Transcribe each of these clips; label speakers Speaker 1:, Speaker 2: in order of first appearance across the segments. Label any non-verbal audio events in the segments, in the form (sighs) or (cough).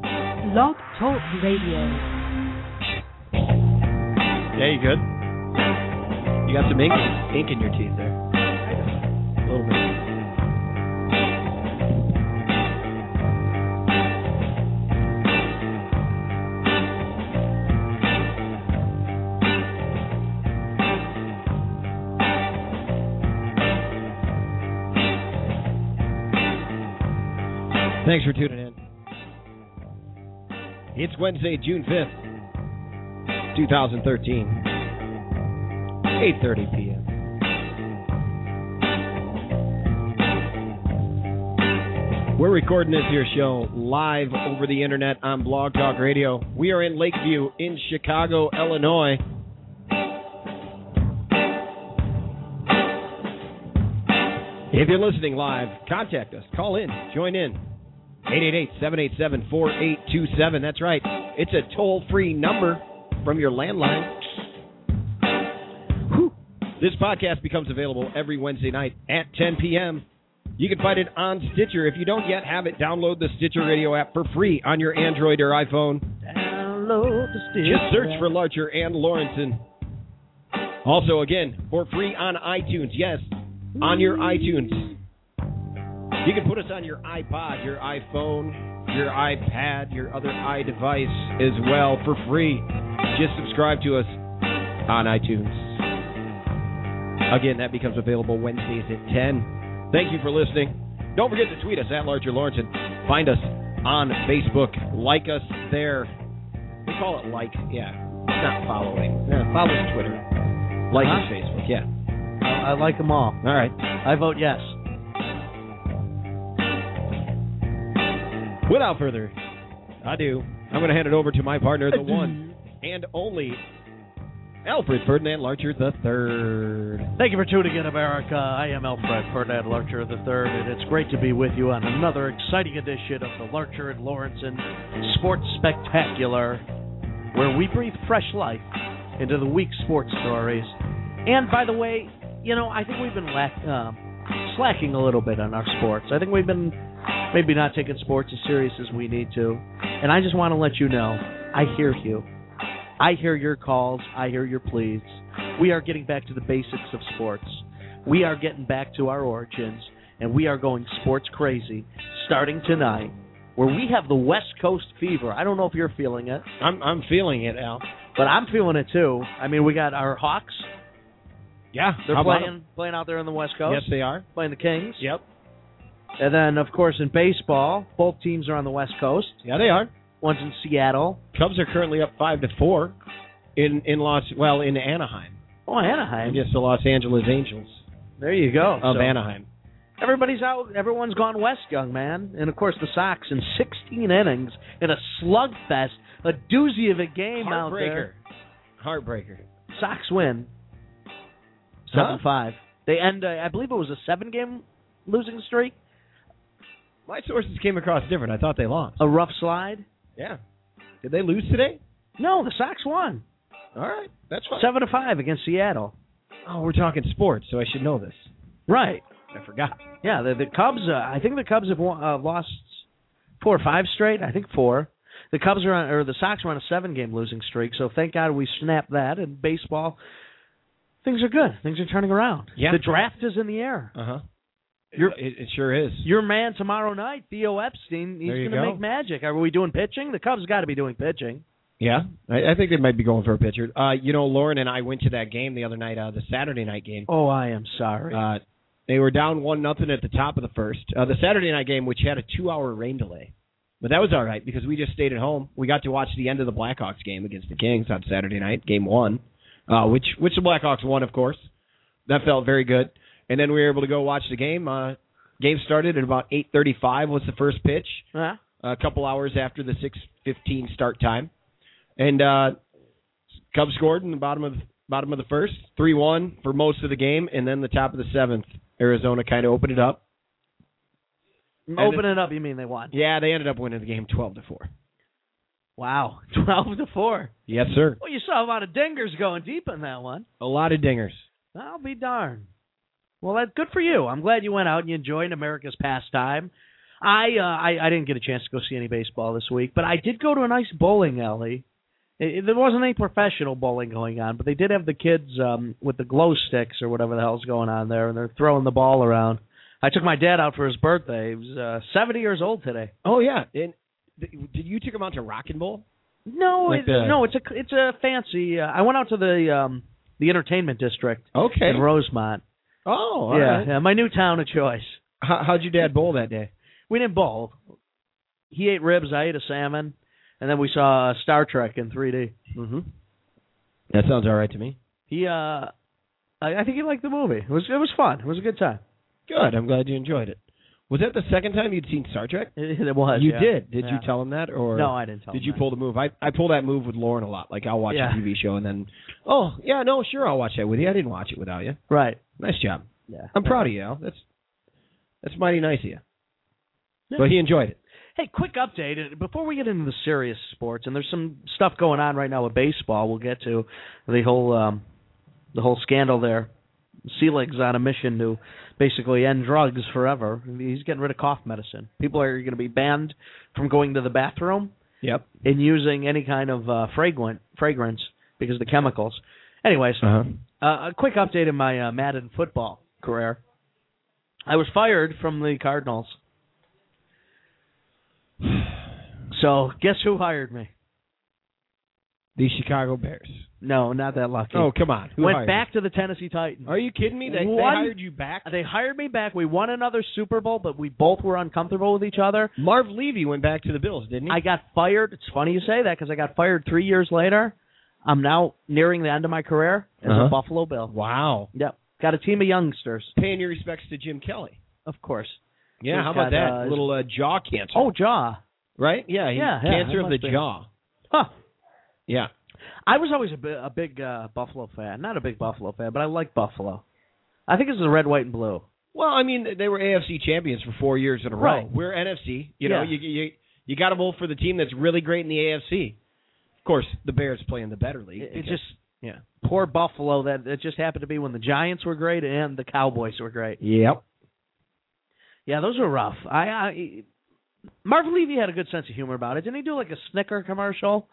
Speaker 1: Blog Talk Radio.
Speaker 2: Yeah, you good? You got some ink, ink in your teeth there. A little bit. Thanks for tuning in. It's Wednesday, June 5th, 2013, 8.30 p.m. We're recording this here show live over the internet on Blog Talk Radio. We are in Lakeview in Chicago, Illinois. If you're listening live, contact us. Call in. Join in. 888-787-4827. That's right. It's a toll-free number from your landline. Whew. This podcast becomes available every Wednesday night at 10 p.m. You can find it on Stitcher. If you don't yet have it, download the Stitcher Radio app for free on your Android or iPhone.
Speaker 1: Download the Stitcher.
Speaker 2: Just search for Larcher and Lawrenson. Also, again, for free on iTunes. Yes, on your iTunes. You can put us on your iPod, your iPhone, your iPad, your other iDevice as well for free. Just subscribe to us on iTunes. Again, that becomes available Wednesdays at 10. Thank you for listening. Don't forget to tweet us at Larcher Lawrenson. Find us on Facebook. Like us there. We call it like, yeah. Not following. Yeah, follow us Twitter. Like us
Speaker 3: Huh?
Speaker 2: Facebook, yeah.
Speaker 3: I, I like them all.
Speaker 2: All right.
Speaker 3: I vote yes.
Speaker 2: Without further ado, I'm going to hand it over to my partner, the (laughs) one and only Alfred Ferdinand Larcher the Third.
Speaker 3: Thank you for tuning in, America. I am Alfred Ferdinand Larcher III, and it's great to be with you on another exciting edition of the Larcher and Lawrenson Sports Spectacular, where we breathe fresh life into the week's sports stories. And by the way, you know, I think we've been lack, uh, slacking a little bit on our sports. I think we've been maybe not taking sports as serious as we need to. And I just want to let you know, I hear you. I hear your calls. I hear your pleas. We are getting back to the basics of sports. We are getting back to our origins, and we are going sports crazy starting tonight, where we have the West Coast fever. I don't know if you're feeling it,
Speaker 2: I'm I'm feeling it, Al.
Speaker 3: but I'm feeling it too. I mean, we got our Hawks.
Speaker 2: Yeah,
Speaker 3: They're
Speaker 2: how about
Speaker 3: playing playing out there on the West
Speaker 2: them?
Speaker 3: Coast,
Speaker 2: Yes, they are.
Speaker 3: playing the Kings.
Speaker 2: Yep.
Speaker 3: And then, of course, in baseball, both teams are on the West Coast.
Speaker 2: Yeah, they are.
Speaker 3: One's in Seattle.
Speaker 2: Cubs are currently up five to four in in Los well in Anaheim
Speaker 3: Oh, Anaheim.
Speaker 2: against the Los Angeles Angels
Speaker 3: There you go.
Speaker 2: of
Speaker 3: So-
Speaker 2: Anaheim.
Speaker 3: Everybody's out. Everyone's gone west, young man. And of course, the Sox in 16 innings in a slugfest, a doozy of a game out
Speaker 2: Heartbreaker.
Speaker 3: there.
Speaker 2: Heartbreaker.
Speaker 3: Sox win
Speaker 2: Huh?
Speaker 3: seven five. They end. Uh, I believe it was a seven game losing streak.
Speaker 2: My sources came across different. I thought they lost.
Speaker 3: A rough slide.
Speaker 2: Yeah. Did they lose today?
Speaker 3: No, the Sox won
Speaker 2: All right. That's fine.
Speaker 3: seven to five against Seattle.
Speaker 2: oh, we're talking sports, so I should know this.
Speaker 3: Right.
Speaker 2: I forgot.
Speaker 3: Yeah. The, the Cubs. Uh, I think the Cubs have won, uh, lost four or five straight. I think four. The Cubs are on, or the Sox are on a seven-game losing streak. So thank God we snapped that. And baseball, things are good. Things are turning around.
Speaker 2: Yeah.
Speaker 3: The draft is in the air.
Speaker 2: Uh huh.
Speaker 3: You're-
Speaker 2: It, it sure is.
Speaker 3: Your man tomorrow night, Theo Epstein, he's
Speaker 2: There you
Speaker 3: going to
Speaker 2: go.
Speaker 3: make magic. Are we doing pitching? The Cubs got to be doing pitching.
Speaker 2: Yeah, I, I think they might be going for a pitcher. Uh, you know, Lauren and I went to that game the other night, uh, the Saturday night game.
Speaker 3: Oh, I am sorry.
Speaker 2: Uh, they were down one nothing at the top of the first. Uh, the Saturday night game, which had a two hour rain delay, but that was all right because we just stayed at home. We got to watch the end of the Blackhawks game against the Kings on Saturday night, game one, uh, which which the Blackhawks won, of course. That felt very good. And then we were able to go watch the game. Uh, game started at about eight thirty five was the first pitch.
Speaker 3: Huh?
Speaker 2: a couple hours after the 6:15 start time, and uh, Cubs scored in the bottom of bottom of the first, three one for most of the game, and then the top of the seventh, Arizona kind of opened it up.
Speaker 3: Open it up. You mean they won?
Speaker 2: Yeah, they ended up winning the game 12 to four.
Speaker 3: Wow, (laughs) twelve to four.
Speaker 2: Yes, sir.
Speaker 3: Well, you saw a lot of dingers going deep in that one.
Speaker 2: A lot of dingers.
Speaker 3: I'll be darned. Well, that's good for you. I'm glad you went out and you enjoyed America's pastime. I, uh, I I didn't get a chance to go see any baseball this week, but I did go to a nice bowling alley. It, it- there wasn't any professional bowling going on, but they did have the kids um, with the glow sticks or whatever the hell's going on there, and they're throwing the ball around. I took my dad out for his birthday. He was uh, seventy years old today.
Speaker 2: Oh yeah, and th- did you take him out to Rock and Roll?
Speaker 3: No,
Speaker 2: Like
Speaker 3: it,
Speaker 2: the-
Speaker 3: no, it's a it's a fancy. Uh, I went out to the um, the entertainment district
Speaker 2: Okay.
Speaker 3: in Rosemont.
Speaker 2: Oh, all
Speaker 3: yeah,
Speaker 2: right.
Speaker 3: yeah, my new town of choice.
Speaker 2: How, how'd your dad bowl that day?
Speaker 3: We didn't bowl. He ate ribs. I ate a salmon, and then we saw uh, Star Trek in 3D.
Speaker 2: Mm-hmm. That sounds all right to me.
Speaker 3: He, uh, I, I think he liked the movie. It was it was fun. It was a good time.
Speaker 2: Good. I'm glad you enjoyed it. Was that the second time you'd seen Star Trek?
Speaker 3: (laughs) It, it was.
Speaker 2: you
Speaker 3: yeah.
Speaker 2: did. Did
Speaker 3: Yeah.
Speaker 2: you tell him that, or
Speaker 3: No, I didn't tell.
Speaker 2: did
Speaker 3: him
Speaker 2: you
Speaker 3: that.
Speaker 2: pull the move? I I pull that move with Lauren a lot. Like I'll watch
Speaker 3: Yeah.
Speaker 2: a TV show and then, oh yeah, no, sure, I'll watch that with you. I didn't watch it without you.
Speaker 3: Right.
Speaker 2: Nice job.
Speaker 3: Yeah.
Speaker 2: I'm proud of you. Al. That's that's mighty nice of you.
Speaker 3: Yeah.
Speaker 2: But he enjoyed it.
Speaker 3: Hey, quick update uh, before we get into the serious sports, and there's some stuff going on right now with baseball. We'll get to the whole um, the whole scandal there. Selig's on a mission to basically end drugs forever. He's getting rid of cough medicine. People are going to be banned from going to the bathroom
Speaker 2: Yep.
Speaker 3: and using any kind of uh, fragrant fragrance because of the chemicals. Anyways,
Speaker 2: Uh-huh.
Speaker 3: uh, a quick update in my uh, Madden football career. I was fired from the Cardinals. (sighs) So guess who hired me?
Speaker 2: The Chicago Bears.
Speaker 3: No, not that lucky.
Speaker 2: Oh come on. Who
Speaker 3: Went
Speaker 2: hired
Speaker 3: back to the Tennessee Titans.
Speaker 2: you? Are you kidding me? They, they
Speaker 3: One-
Speaker 2: hired you back.
Speaker 3: They hired me back. We won another Super Bowl, but we both were uncomfortable with each other.
Speaker 2: Marv Levy went back to the Bills, didn't he?
Speaker 3: I got fired. It's funny you say that because I got fired three years later. I'm now nearing the end of my career as
Speaker 2: Uh-huh.
Speaker 3: a Buffalo Bill.
Speaker 2: wow.
Speaker 3: Yep. Got a team of youngsters,
Speaker 2: Paying your respects to Jim Kelly.
Speaker 3: of course.
Speaker 2: Yeah.
Speaker 3: He's
Speaker 2: how about
Speaker 3: got,
Speaker 2: that?
Speaker 3: uh,
Speaker 2: little uh, jaw cancer.
Speaker 3: Oh, Jaw.
Speaker 2: right. Yeah. He,
Speaker 3: yeah, yeah,
Speaker 2: Cancer
Speaker 3: it
Speaker 2: of the
Speaker 3: must be.
Speaker 2: jaw.
Speaker 3: Huh.
Speaker 2: Yeah.
Speaker 3: I was always a, bi- a big uh, Buffalo fan. Not a big Buffalo fan, but I like Buffalo. I think it's the red, white, and blue.
Speaker 2: Well, I mean, they were AFC champions for four years in a row.
Speaker 3: Right.
Speaker 2: We're NFC. You know,
Speaker 3: Yeah.
Speaker 2: you you you got to vote for the team that's really great in the AFC. Of course, the Bears play in the better league.
Speaker 3: It, it
Speaker 2: because-
Speaker 3: just
Speaker 2: yeah.
Speaker 3: poor Buffalo that it just happened to be when the Giants were great and the Cowboys were great.
Speaker 2: Yep.
Speaker 3: Yeah, those were rough. I, I Marv Levy had a good sense of humor about it. Didn't he do like a Snicker commercial?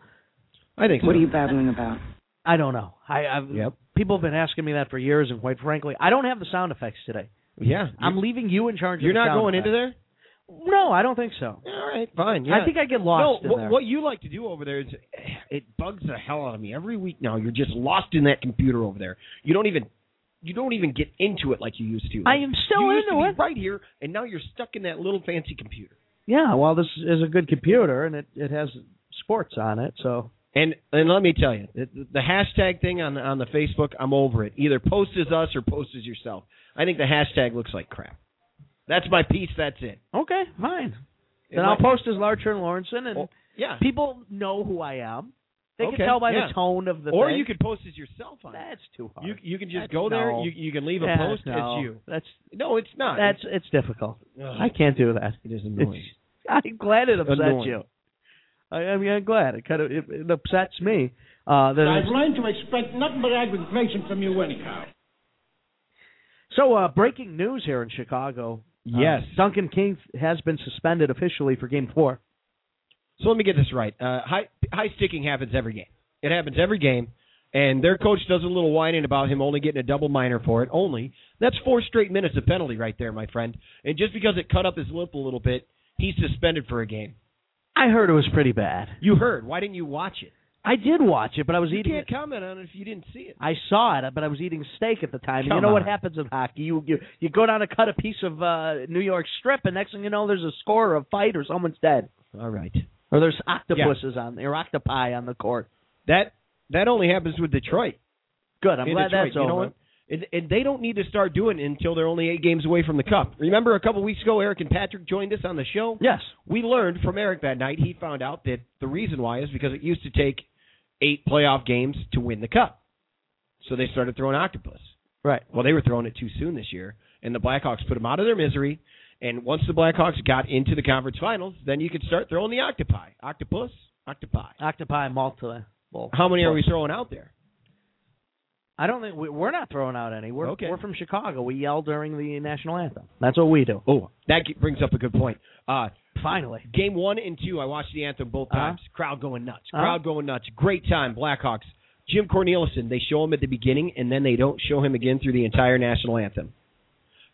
Speaker 2: I think.
Speaker 1: What
Speaker 2: so.
Speaker 1: are you babbling about?
Speaker 3: I don't know. I I've,
Speaker 2: Yep.
Speaker 3: people have been asking me that for years, and quite frankly, I don't have the sound effects today.
Speaker 2: Yeah.
Speaker 3: I'm leaving you in charge.
Speaker 2: You're
Speaker 3: of the
Speaker 2: not
Speaker 3: sound
Speaker 2: going into
Speaker 3: effects.
Speaker 2: there.
Speaker 3: No, I don't think so.
Speaker 2: All right. Fine. Yeah.
Speaker 3: I think I get
Speaker 2: No,
Speaker 3: lost in
Speaker 2: what,
Speaker 3: there.
Speaker 2: what you like to do over there is (sighs) it bugs the hell out of me every week. Now you're just lost in that computer over there. You don't even you don't even get into it like you used to.
Speaker 3: I am still
Speaker 2: you used
Speaker 3: into
Speaker 2: to
Speaker 3: it.
Speaker 2: be right here, and now you're stuck in that little fancy computer.
Speaker 3: Yeah, well, this is a good computer, and it it has sports on it, so
Speaker 2: And and let me tell you, the, the hashtag thing on the, on the Facebook, I'm over it. Either post as us or post as yourself. I think the hashtag looks like crap. That's my piece. That's it.
Speaker 3: okay, fine.
Speaker 2: It
Speaker 3: then I'll
Speaker 2: might-
Speaker 3: post as Larcher and Lawrenson, and
Speaker 2: Oh, yeah.
Speaker 3: people know who I am. They
Speaker 2: Okay,
Speaker 3: can tell by
Speaker 2: yeah.
Speaker 3: the tone of the
Speaker 2: or
Speaker 3: thing.
Speaker 2: you could post as yourself on. it.
Speaker 3: That's too hard.
Speaker 2: You you can just
Speaker 3: That's-
Speaker 2: go there.
Speaker 3: no.
Speaker 2: You you can leave a
Speaker 3: Yeah,
Speaker 2: post
Speaker 3: no.
Speaker 2: as you.
Speaker 3: That's
Speaker 2: No, it's not.
Speaker 3: that's it's difficult.
Speaker 2: Ugh.
Speaker 3: I can't do that. (laughs)
Speaker 2: It is
Speaker 3: It's, I'm glad it upsets
Speaker 2: Annoying.
Speaker 3: you. I, I mean, I'm glad it kind of it, it upsets me. Uh, that it's-
Speaker 4: I've learned to expect nothing but aggravation from you anyhow.
Speaker 3: so, uh, breaking news here in Chicago. Uh,
Speaker 2: Yes.
Speaker 3: Duncan King has been suspended officially for Game Four.
Speaker 2: So let me get this right. Uh, high high sticking happens every game. It happens every game, and their coach does a little whining about him only getting a double minor for it. Only that's four straight minutes of penalty right there, my friend. And just because it cut up his lip a little bit, he's suspended for a game.
Speaker 3: I heard it was pretty bad.
Speaker 2: You heard? Why didn't you watch it?
Speaker 3: I did watch it, but I was
Speaker 2: You
Speaker 3: eating.
Speaker 2: can't
Speaker 3: it.
Speaker 2: comment on it if you didn't see it.
Speaker 3: I saw it, but I was eating steak at the time. and
Speaker 2: Come
Speaker 3: you know what
Speaker 2: on.
Speaker 3: happens in hockey? You, you you go down to cut a piece of uh, New York strip, and next thing you know, there's a score, or a fight, or someone's dead,
Speaker 2: All right.
Speaker 3: or there's octopuses on or octopi on the court.
Speaker 2: That that only happens with Detroit.
Speaker 3: Good. I'm
Speaker 2: in
Speaker 3: glad
Speaker 2: Detroit.
Speaker 3: that's
Speaker 2: you
Speaker 3: over.
Speaker 2: Know what? And, and they don't need to start doing it until they're only eight games away from the cup. Remember, a couple weeks ago, Eric and Patrick joined us on the show.
Speaker 3: Yes.
Speaker 2: we learned from Eric that night. He found out that the reason why is because it used to take eight playoff games to win the cup. So they started throwing octopus.
Speaker 3: Right.
Speaker 2: Well, they were throwing it too soon this year, and the Blackhawks put them out of their misery. And once the Blackhawks got into the conference finals, then you could start throwing the octopi, octopus, octopi.
Speaker 3: Octopi multiple.
Speaker 2: How many are we throwing out there?
Speaker 3: I don't think we, we're not throwing out any. We're
Speaker 2: Okay.
Speaker 3: we're from Chicago. We yell during the national anthem. That's what we do.
Speaker 2: Oh, that ge- brings up a good point. Uh,
Speaker 3: Finally,
Speaker 2: game one and two, I watched the anthem both
Speaker 3: Uh-huh.
Speaker 2: times. Crowd going nuts.
Speaker 3: Uh-huh.
Speaker 2: Crowd going nuts. Great time, Blackhawks. Jim Cornelison, they show him at the beginning, and then they don't show him again through the entire national anthem.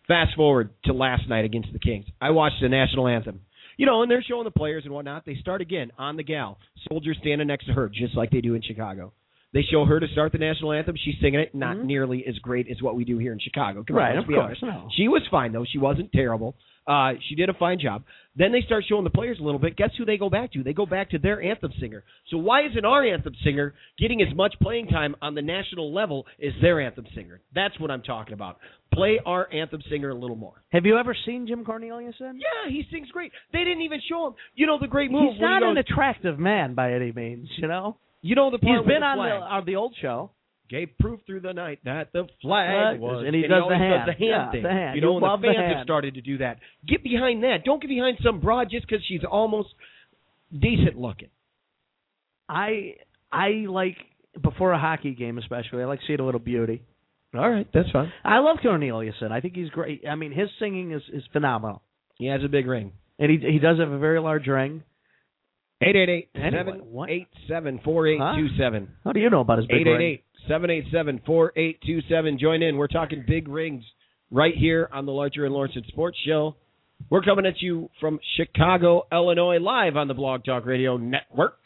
Speaker 2: Fast forward to last night against the Kings. I watched the national anthem. You know, and they're showing the players and whatnot. They start again on the gal. Soldiers standing next to her, just like they do in Chicago. They show her to start the national anthem. She's singing it, not
Speaker 3: Mhm.
Speaker 2: nearly as great as what we do here in Chicago. Come on,
Speaker 3: right?
Speaker 2: let's
Speaker 3: Of
Speaker 2: be honest.
Speaker 3: course, no.
Speaker 2: She was fine though. She wasn't terrible. Uh, she did a fine job. Then they start showing the players a little bit. Guess who they go back to? They go back to their anthem singer. So why isn't our anthem singer getting as much playing time on the national level as their anthem singer? That's what I'm talking about. Play our anthem singer a little more.
Speaker 3: Have you ever seen Jim Corneliuson?
Speaker 2: Yeah, he sings great. They didn't even show him. You know the great move.
Speaker 3: He's
Speaker 2: where
Speaker 3: not
Speaker 2: he
Speaker 3: an
Speaker 2: goes-
Speaker 3: attractive man by any means. You know,
Speaker 2: you know the part
Speaker 3: he's
Speaker 2: with
Speaker 3: been
Speaker 2: the
Speaker 3: on
Speaker 2: flag.
Speaker 3: the uh, on the old show.
Speaker 2: gave proof through the night that the flag
Speaker 3: Flag
Speaker 2: was,
Speaker 3: and he does the
Speaker 2: always
Speaker 3: hand.
Speaker 2: the hand
Speaker 3: Yeah,
Speaker 2: thing.
Speaker 3: the hand.
Speaker 2: You know,
Speaker 3: You
Speaker 2: and
Speaker 3: love
Speaker 2: the
Speaker 3: the
Speaker 2: fans have
Speaker 3: hand.
Speaker 2: started to do that. Get behind that. Don't get behind some broad just because she's almost decent looking.
Speaker 3: I I like before a hockey game especially. I like to see it a little beauty.
Speaker 2: All right, that's fine.
Speaker 3: I love Corneliuson. I think he's great. I mean, his singing is is phenomenal,
Speaker 2: He has a big ring.
Speaker 3: and he he does have a very large ring.
Speaker 2: Eight eight eight
Speaker 3: Anyway,
Speaker 2: seven
Speaker 3: what-
Speaker 2: eight seven four eight two seven.
Speaker 3: How do you know about his big
Speaker 2: Eight
Speaker 3: ring?
Speaker 2: eight eight seven eight seven four eight two seven. Join in. We're talking big rings right here on the Larger and Lawrence Sports Show. We're coming at you from Chicago, Illinois, live on the Blog Talk Radio Network.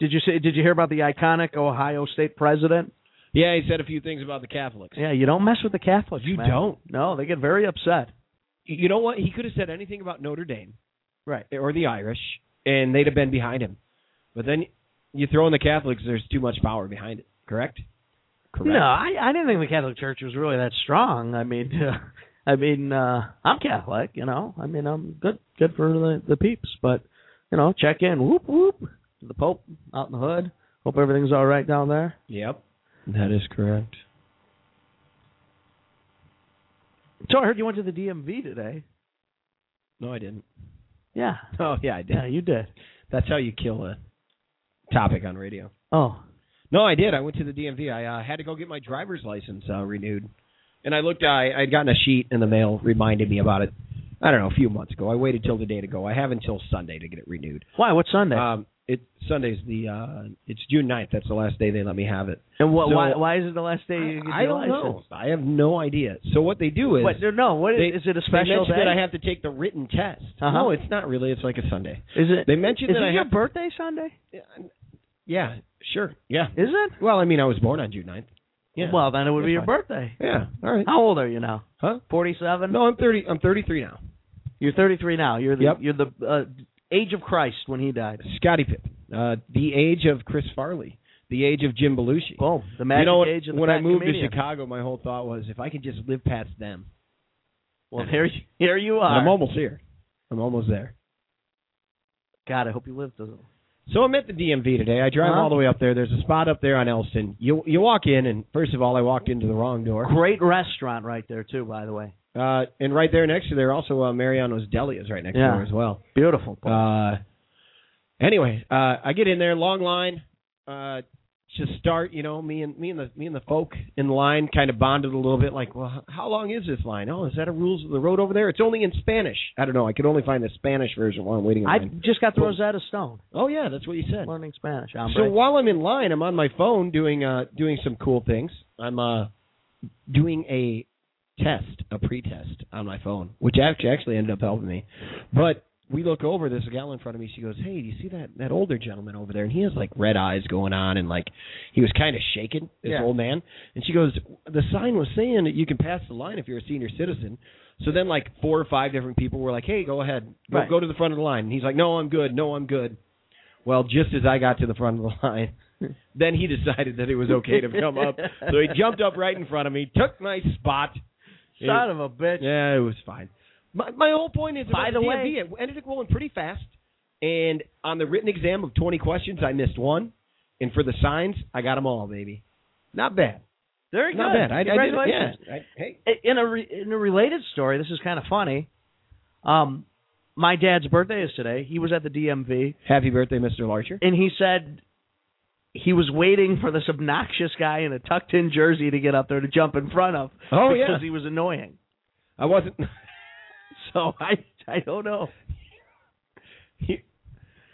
Speaker 3: Did you see? Did you hear about the iconic Ohio State president?
Speaker 2: Yeah, he said a few things about the Catholics.
Speaker 3: Yeah, you don't mess with the Catholics.
Speaker 2: You
Speaker 3: man.
Speaker 2: don't.
Speaker 3: No, they get very upset.
Speaker 2: You know what? He could have said anything about Notre Dame
Speaker 3: Right.
Speaker 2: or the Irish, and they'd have been behind him. But then you throw in the Catholics, there's too much power behind it. Correct?
Speaker 3: No, I I didn't think the Catholic Church was really that strong. I mean, (laughs) I mean, uh I'm Catholic, you know. I mean, I'm good good for the the peeps, but you know, check in. Whoop whoop. The Pope out in the hood. Hope everything's all right down there.
Speaker 2: Yep. That is correct.
Speaker 3: So I heard you went to the DMV today.
Speaker 2: No, I didn't. (laughs)
Speaker 3: Yeah.
Speaker 2: Oh, yeah, I did.
Speaker 3: Yeah, you did.
Speaker 2: That's how you kill a topic on radio.
Speaker 3: Oh.
Speaker 2: No, I did. I went to the DMV. I uh, had to go get my driver's license uh, renewed, and I looked. I I'd gotten a sheet in the mail reminded me about it. I don't know, a few months ago. I waited till the day to go. I have until Sunday to get it renewed.
Speaker 3: Why? What Sunday?
Speaker 2: Um, it Sunday's the uh, it's June 9th. That's the last day they let me have it.
Speaker 3: and what?
Speaker 2: so-
Speaker 3: why? Why is it the last day? you get
Speaker 2: I, I
Speaker 3: your
Speaker 2: don't
Speaker 3: license?
Speaker 2: know. I have no idea. So what they do is
Speaker 3: What? No. no what is
Speaker 2: they,
Speaker 3: is it a
Speaker 2: they
Speaker 3: special
Speaker 2: mention
Speaker 3: day?
Speaker 2: that I have to take the written test.
Speaker 3: Uh-huh.
Speaker 2: No, it's not really. It's like a
Speaker 3: (laughs)
Speaker 2: Sunday.
Speaker 3: is it?
Speaker 2: They mentioned
Speaker 3: is
Speaker 2: that
Speaker 3: it
Speaker 2: I
Speaker 3: your
Speaker 2: have.
Speaker 3: birthday Sunday?
Speaker 2: yeah, sure. Yeah.
Speaker 3: Is it?
Speaker 2: Well, I mean, I was born on June 9th. Yeah.
Speaker 3: Well, then it would be
Speaker 2: It's
Speaker 3: your
Speaker 2: fine.
Speaker 3: birthday. (laughs)
Speaker 2: Yeah. All right.
Speaker 3: How old are you now?
Speaker 2: Huh?
Speaker 3: Forty-seven.
Speaker 2: No, I'm 30. I'm 33 now.
Speaker 3: You're 33 now. You're the
Speaker 2: Yep.
Speaker 3: you're the uh, age of Christ when he died.
Speaker 2: Scotty Pitt. Uh, the age of Chris Farley. The age of Jim Belushi.
Speaker 3: Boom. The magic
Speaker 2: you know what-
Speaker 3: age of the
Speaker 2: when I
Speaker 3: fat
Speaker 2: moved to
Speaker 3: comedian.
Speaker 2: Chicago, my whole thought was if I could just live past them.
Speaker 3: Well, here you, here you
Speaker 2: And
Speaker 3: are.
Speaker 2: I'm almost here. I'm almost there.
Speaker 3: God, I hope you live to.
Speaker 2: So I'm at the DMV today. I drive
Speaker 3: Huh?
Speaker 2: all the way up there. There's a spot up there on Elston. You you walk in, and first of all, I walked into the wrong door.
Speaker 3: Great restaurant right there too, by the way.
Speaker 2: Uh, and right there next to there, also uh, Mariano's Deli is right next
Speaker 3: Yeah.
Speaker 2: door as well.
Speaker 3: Beautiful. place.
Speaker 2: Uh, anyway, uh, I get in there, long line. Uh, just start, you know, me and me and the me and the folk in line kind of bonded a little bit. Like, well, h- how long is this line? Oh, is that a rules of the road over there? It's only in Spanish. I don't know. I could only find the Spanish version while I'm waiting. in
Speaker 3: I
Speaker 2: line.
Speaker 3: just got the
Speaker 2: Well-
Speaker 3: Rosetta Stone
Speaker 2: oh yeah, that's what you said.
Speaker 3: learning Spanish. I'm
Speaker 2: So while I'm in line, I'm on my phone doing uh doing some cool things. I'm uh doing a test, a pretest on my phone, which actually actually ended up helping me. But we look over this gal in front of me. She goes, "Hey, do you see that that older gentleman over there?" And he has like red eyes going on, and like he was kind of shaken. This
Speaker 3: Yeah.
Speaker 2: old man. And she goes, "The sign was saying that you can pass the line if you're a senior citizen." So then, like four or five different people were like, "Hey, go ahead, go,
Speaker 3: Right.
Speaker 2: go to the front of the line." And he's like, "No, I'm good. No, I'm good." Well, just as I got to the front of the (laughs) line, then he decided that it was okay to come up. So he jumped up right in front of me, took my spot.
Speaker 3: son of a bitch.
Speaker 2: Yeah, it was fine. My my whole point is
Speaker 3: By
Speaker 2: about
Speaker 3: the
Speaker 2: DMV,
Speaker 3: way-
Speaker 2: it ended up going pretty fast. And on the written exam of 20 questions, I missed one. And for the signs, I got them all, baby. Not bad.
Speaker 3: Very good.
Speaker 2: Not bad. I, I did it.
Speaker 3: Congratulations.
Speaker 2: Yeah. I- hey.
Speaker 3: in a re- in a related story, this is kind of funny. Um, my dad's birthday is today. He was at the DMV
Speaker 2: Happy birthday, Mr. Larcher.
Speaker 3: and he said he was waiting for this obnoxious guy in a tucked in jersey to get up there to jump in front of
Speaker 2: Oh, yeah.
Speaker 3: because he was annoying.
Speaker 2: I wasn't. (laughs)
Speaker 3: So I I don't know.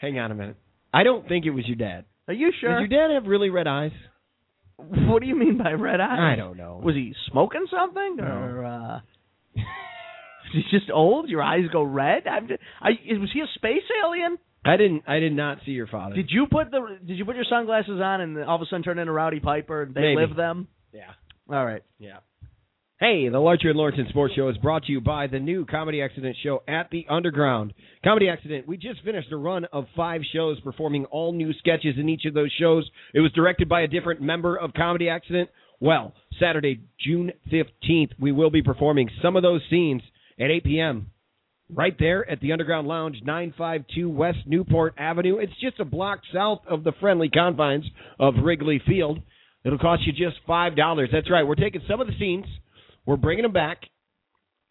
Speaker 2: Hang on a minute. I don't think it was your dad.
Speaker 3: Are you sure?
Speaker 2: Did your dad have really red eyes?
Speaker 3: what do you mean by red eye?
Speaker 2: I don't know.
Speaker 3: Was he smoking something
Speaker 2: No.
Speaker 3: or uh (laughs) He's just old. Your eyes go red. I'm just, I, was he a space alien?
Speaker 2: I didn't. I did not see your father.
Speaker 3: Did you put the Did you put your sunglasses on and all of a sudden turn into Rowdy Piper and they
Speaker 2: Maybe.
Speaker 3: live them?
Speaker 2: yeah.
Speaker 3: All right.
Speaker 2: Yeah. Hey, the Larcher and Lawrence Sports Show is brought to you by the new Comedy Accident Show at the Underground. Comedy Accident, we just finished a run of five shows performing all new sketches in each of those shows. It was directed by a different member of Comedy Accident. Well, Saturday, June 15th, we will be performing some of those scenes at 8 p.m. right there at the Underground Lounge, 952 West Newport Avenue. It's just a block south of the friendly confines of Wrigley Field. It'll cost you just five dollars. That's right. We're taking some of the scenes, we're bringing them back,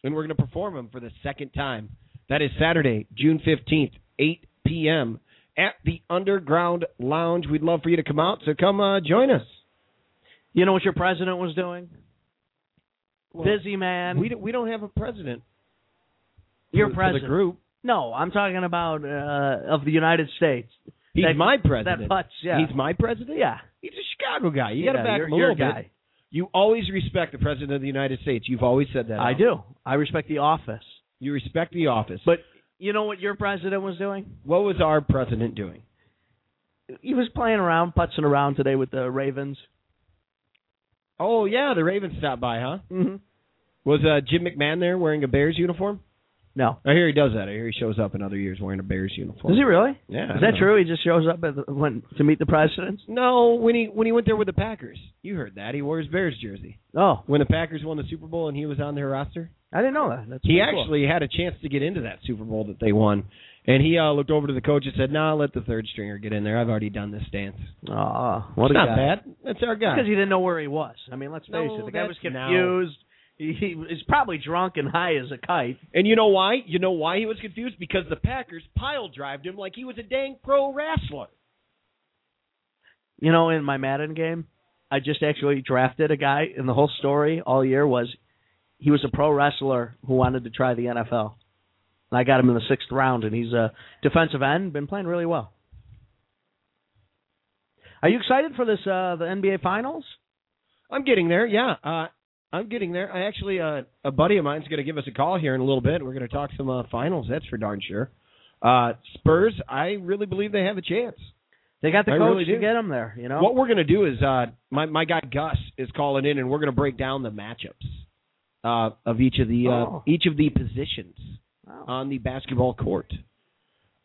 Speaker 2: and we're going to perform them for the second time. That is Saturday, June fifteenth, eight p.m. at the Underground Lounge. We'd love for you to come out, so come uh, join us.
Speaker 3: You know what your president was doing? Busy man.
Speaker 2: we don't, we don't have a president.
Speaker 3: Um, your
Speaker 2: for- for
Speaker 3: president.
Speaker 2: the group.
Speaker 3: No, I'm talking about uh of the United States.
Speaker 2: He's
Speaker 3: That-
Speaker 2: my president.
Speaker 3: That butts, yeah.
Speaker 2: He's my president.
Speaker 3: yeah.
Speaker 2: He's a Chicago guy. You got to
Speaker 3: Yeah,
Speaker 2: back
Speaker 3: you're-
Speaker 2: him a
Speaker 3: you're
Speaker 2: little bit.
Speaker 3: guy.
Speaker 2: You always respect the president of the United States. You've always said that.
Speaker 3: I
Speaker 2: Al.
Speaker 3: do. I respect the office.
Speaker 2: You respect the office.
Speaker 3: But you know what your president was doing?
Speaker 2: what was our president doing?
Speaker 3: He was playing around, putzing around today with the Ravens.
Speaker 2: Oh yeah, the Ravens stopped by, huh?
Speaker 3: Mm-hmm.
Speaker 2: Was uh, Jim McMahon there wearing a Bears uniform?
Speaker 3: No.
Speaker 2: I hear he does that. I hear he shows up in other years wearing a Bears uniform.
Speaker 3: Is he really?
Speaker 2: Yeah. I
Speaker 3: Is
Speaker 2: don't
Speaker 3: that
Speaker 2: know.
Speaker 3: true? He just shows up at the, when, to meet the president?
Speaker 2: No, when he when he went there with the Packers, you heard that he wore his Bears jersey
Speaker 3: Oh,
Speaker 2: when the Packers won the Super Bowl and he was on their roster.
Speaker 3: I didn't know that. That's
Speaker 2: He
Speaker 3: pretty cool.
Speaker 2: actually had a chance to get into that Super Bowl that they won, and he uh, looked over to the coach and said, "Nah, let the third stringer get in there. I've already done this dance.
Speaker 3: Aw, what
Speaker 2: it's
Speaker 3: a
Speaker 2: not
Speaker 3: guy.
Speaker 2: bad. That's our guy."
Speaker 3: Because he didn't know where he was. I mean, let's face
Speaker 2: No,
Speaker 3: it. The guy was
Speaker 2: that's-
Speaker 3: confused. He, he was probably drunk and high as a kite.
Speaker 2: And you know why? You know why he was confused? Because the Packers pile drived him like he was a dang pro wrestler.
Speaker 3: You know, in my Madden game, I just actually drafted a guy, and the whole story all year was he was a pro wrestler who wanted to try the NFL. And I got him in the sixth round, and he's a defensive end, been playing really well. Are you excited for this uh the NBA Finals?
Speaker 2: I'm getting there. Yeah, uh, I'm getting there. I actually, uh, a buddy of mine's going to give us a call here in a little bit. We're going to talk some uh, finals. That's for darn sure. Uh, Spurs. I really believe they have a chance.
Speaker 3: They got the
Speaker 2: I
Speaker 3: coach
Speaker 2: really
Speaker 3: to
Speaker 2: do.
Speaker 3: get him there. You know,
Speaker 2: What we're going to do is, uh, my my guy Gus is calling in, and we're going to break down the matchups uh, of each of the uh,
Speaker 3: Oh.
Speaker 2: each of the positions
Speaker 3: Wow.
Speaker 2: on the basketball court.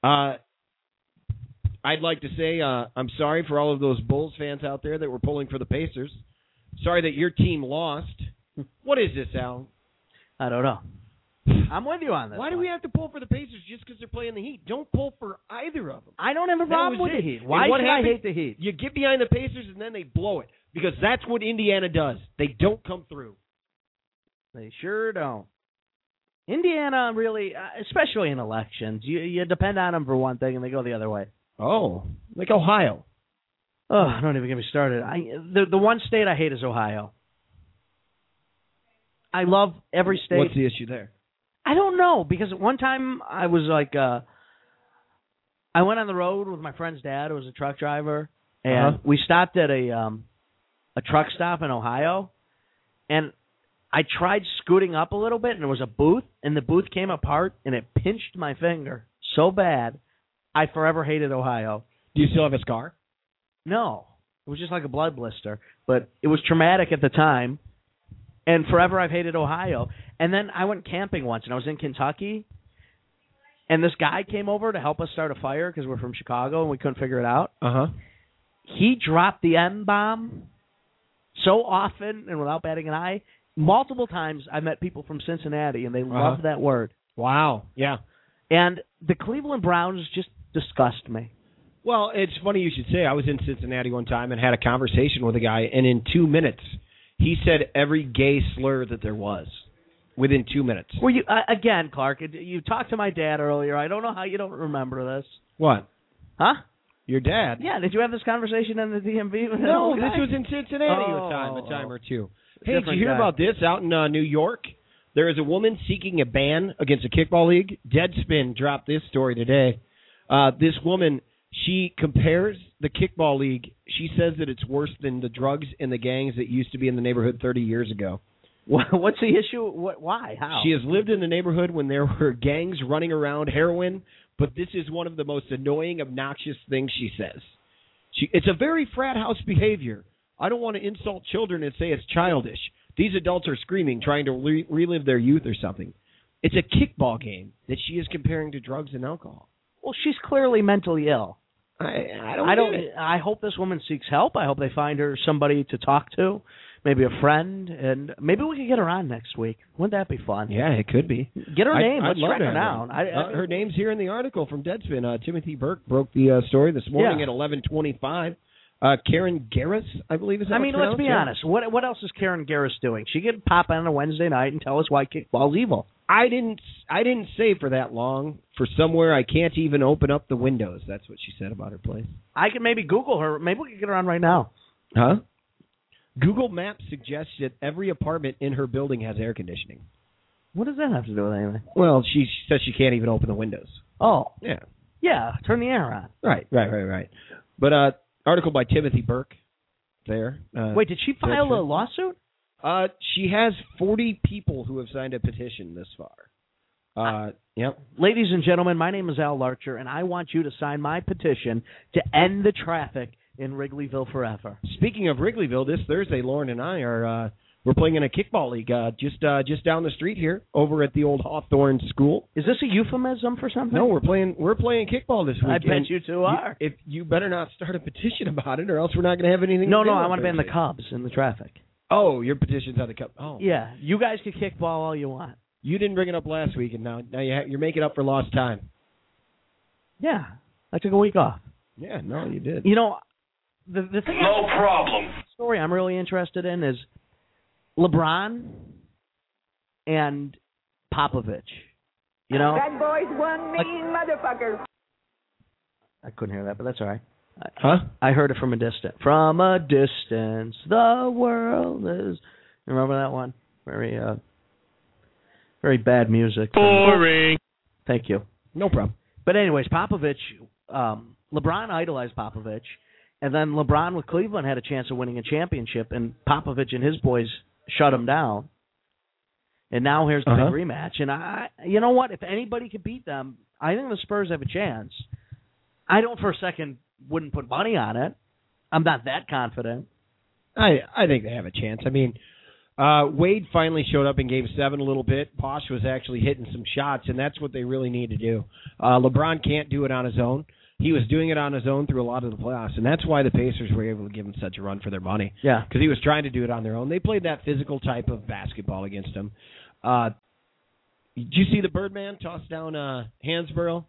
Speaker 2: Uh, I'd like to say uh, I'm sorry for all of those Bulls fans out there that were pulling for the Pacers. Sorry that your team lost.
Speaker 3: (laughs)
Speaker 2: What is this, Al?
Speaker 3: I don't know. I'm with you on this.
Speaker 2: Why do
Speaker 3: one.
Speaker 2: we have to pull for the Pacers just because they're playing the Heat? Don't pull for either of them.
Speaker 3: I don't have a
Speaker 2: That
Speaker 3: problem
Speaker 2: was
Speaker 3: with
Speaker 2: it.
Speaker 3: the Heat.
Speaker 2: And
Speaker 3: Why
Speaker 2: what
Speaker 3: should
Speaker 2: happened-
Speaker 3: I hate the Heat?
Speaker 2: You get behind the Pacers and then they blow it because that's what Indiana does. They don't come through.
Speaker 3: They sure don't. Indiana really, uh, especially in elections, you you depend on them for one thing, and they go the other way.
Speaker 2: Oh, like Ohio.
Speaker 3: Oh, don't even get me started. I the the one state I hate is Ohio. I love every state.
Speaker 2: What's the issue there?
Speaker 3: I don't know because at one time I was like, uh I went on the road with my friend's dad, who was a truck driver, and
Speaker 2: Uh-huh.
Speaker 3: we stopped at a um a truck stop in Ohio, and I tried scooting up a little bit, and there was a booth, and the booth came apart, and it pinched my finger so bad, I forever hated Ohio.
Speaker 2: Do you still have a scar?
Speaker 3: No, it was just like a blood blister, but it was traumatic at the time, and forever I've hated Ohio. And then I went camping once, and I was in Kentucky, and this guy came over to help us start a fire because we're from Chicago and we couldn't figure it out.
Speaker 2: Uh huh.
Speaker 3: He dropped the M bomb so often and without batting an eye. Multiple times I met people from Cincinnati, and they loved that word.
Speaker 2: Wow. Yeah.
Speaker 3: And the Cleveland Browns just disgust me.
Speaker 2: Well, it's funny you should say. I was in Cincinnati one time and had a conversation with a guy, and in two minutes, he said every gay slur that there was within two minutes.
Speaker 3: Well, you uh, again, Clark? You talked to my dad earlier. I don't know how you don't remember this,
Speaker 2: What?
Speaker 3: huh?
Speaker 2: Your dad?
Speaker 3: Yeah, did you have this conversation in the
Speaker 2: (laughs)
Speaker 3: DMV? with that
Speaker 2: No,
Speaker 3: (laughs) old
Speaker 2: this
Speaker 3: guy?
Speaker 2: was in Cincinnati
Speaker 3: Oh,
Speaker 2: a time, a time
Speaker 3: oh.
Speaker 2: or two. Hey, did
Speaker 3: Different
Speaker 2: you hear
Speaker 3: guy.
Speaker 2: about this out in uh, New York? There is a woman seeking a ban against a kickball league. Deadspin dropped this story today. Uh, this woman, she compares the kickball league. She says that it's worse than the drugs and the gangs that used to be in the neighborhood 30 years ago.
Speaker 3: Wha- What's the issue? What? Why? How?
Speaker 2: She has lived in the neighborhood when there were (laughs) gangs running around heroin, but this is one of the most annoying, obnoxious things she says. She, it's a very frat house behavior. I don't want to insult children and say it's childish. These adults are screaming, trying to re- relive their youth or something. It's a kickball game that she is comparing to drugs and alcohol.
Speaker 3: well, she's clearly mentally ill.
Speaker 2: I, I don't.
Speaker 3: I
Speaker 2: get
Speaker 3: don't.
Speaker 2: it.
Speaker 3: I hope this woman seeks help. I hope they find her somebody to talk to, maybe a friend, and maybe we could get her on next week. Wouldn't that be fun?
Speaker 2: Yeah, it could be.
Speaker 3: Get her
Speaker 2: I-
Speaker 3: name.
Speaker 2: I'd
Speaker 3: Let's
Speaker 2: love
Speaker 3: track
Speaker 2: to
Speaker 3: her
Speaker 2: have
Speaker 3: down. I,
Speaker 2: Uh,
Speaker 3: I-
Speaker 2: her name's here in the article from Deadspin. Uh, Timothy Burke broke the uh, story this morning
Speaker 3: Yeah.
Speaker 2: at 11:25. Uh, Karen Garris, I believe is. how
Speaker 3: I
Speaker 2: it's
Speaker 3: mean, let's
Speaker 2: pronounced,
Speaker 3: be
Speaker 2: yeah.
Speaker 3: honest. What what else is Karen Garris doing? She could pop on a Wednesday night and tell us why kickball's evil.
Speaker 2: I didn't. I didn't say for that long. For somewhere, I can't even open up the windows. That's what she said about her place.
Speaker 3: I could maybe Google her. Maybe we could get her on right now.
Speaker 2: Huh? Google Maps suggests that every apartment in her building has air conditioning.
Speaker 3: What does that have to do with anything?
Speaker 2: Well, she, she says she can't even open the windows.
Speaker 3: Oh,
Speaker 2: Yeah.
Speaker 3: yeah. Turn the air on.
Speaker 2: Right. Right. Right. Right. But uh, article by Timothy Burke. There. Uh,
Speaker 3: Wait, did she file
Speaker 2: true?
Speaker 3: a lawsuit?
Speaker 2: Uh, she has 40 people who have signed a petition this far. Uh, yep.
Speaker 3: Ladies and gentlemen, my name is Al Larcher, and I want you to sign my petition to end the traffic in Wrigleyville forever.
Speaker 2: Speaking of Wrigleyville, this Thursday, Lauren and I are uh, we're playing in a kickball league uh, just uh, just down the street here, over at the old Hawthorne School.
Speaker 3: Is this a euphemism for something?
Speaker 2: No, we're playing we're playing kickball this week.
Speaker 3: I bet
Speaker 2: and
Speaker 3: you two are.
Speaker 2: If you better not start a petition about it, or else we're not going to have anything. to
Speaker 3: no,
Speaker 2: do
Speaker 3: no, I
Speaker 2: on
Speaker 3: want to be in the
Speaker 2: Thursday.
Speaker 3: Cubs in the traffic.
Speaker 2: Oh, your petition's on the cup. Oh,
Speaker 3: Yeah, you guys can kickball all you want.
Speaker 2: You didn't bring it up last week, and now now you ha- you're making up for lost time.
Speaker 3: Yeah, I took a week off.
Speaker 2: Yeah, no, you did.
Speaker 3: You know, the the thing no problem story I'm really interested in is LeBron and Popovich. You know,
Speaker 5: That boy's one mean motherfucker.
Speaker 3: I couldn't hear that, but that's all right.
Speaker 2: Huh?
Speaker 3: I heard it from a distance. From a distance, the world is. Remember that one? Very, uh, very bad music. Boring. Thank you.
Speaker 2: No problem.
Speaker 3: But anyways, Popovich, um, LeBron idolized Popovich, and then LeBron with Cleveland had a chance of winning a championship, and Popovich and his boys shut him down. And now here's the
Speaker 2: Uh-huh.
Speaker 3: big rematch, and I, you know what? If anybody could beat them, I think the Spurs have a chance. I don't for a second wouldn't put money on it. I'm not that confident.
Speaker 2: I I think they have a chance. I mean, uh, Wade finally showed up in Game Seven a little bit. Posh was actually hitting some shots, and that's what they really need to do. Uh, LeBron can't do it on his own. He was doing it on his own through a lot of the playoffs, and that's why the Pacers were able to give him such a run for their money
Speaker 3: Yeah.
Speaker 2: because he was trying to do it on their own. They played that physical type of basketball against him. Uh, did you see the Birdman toss down uh, Hansborough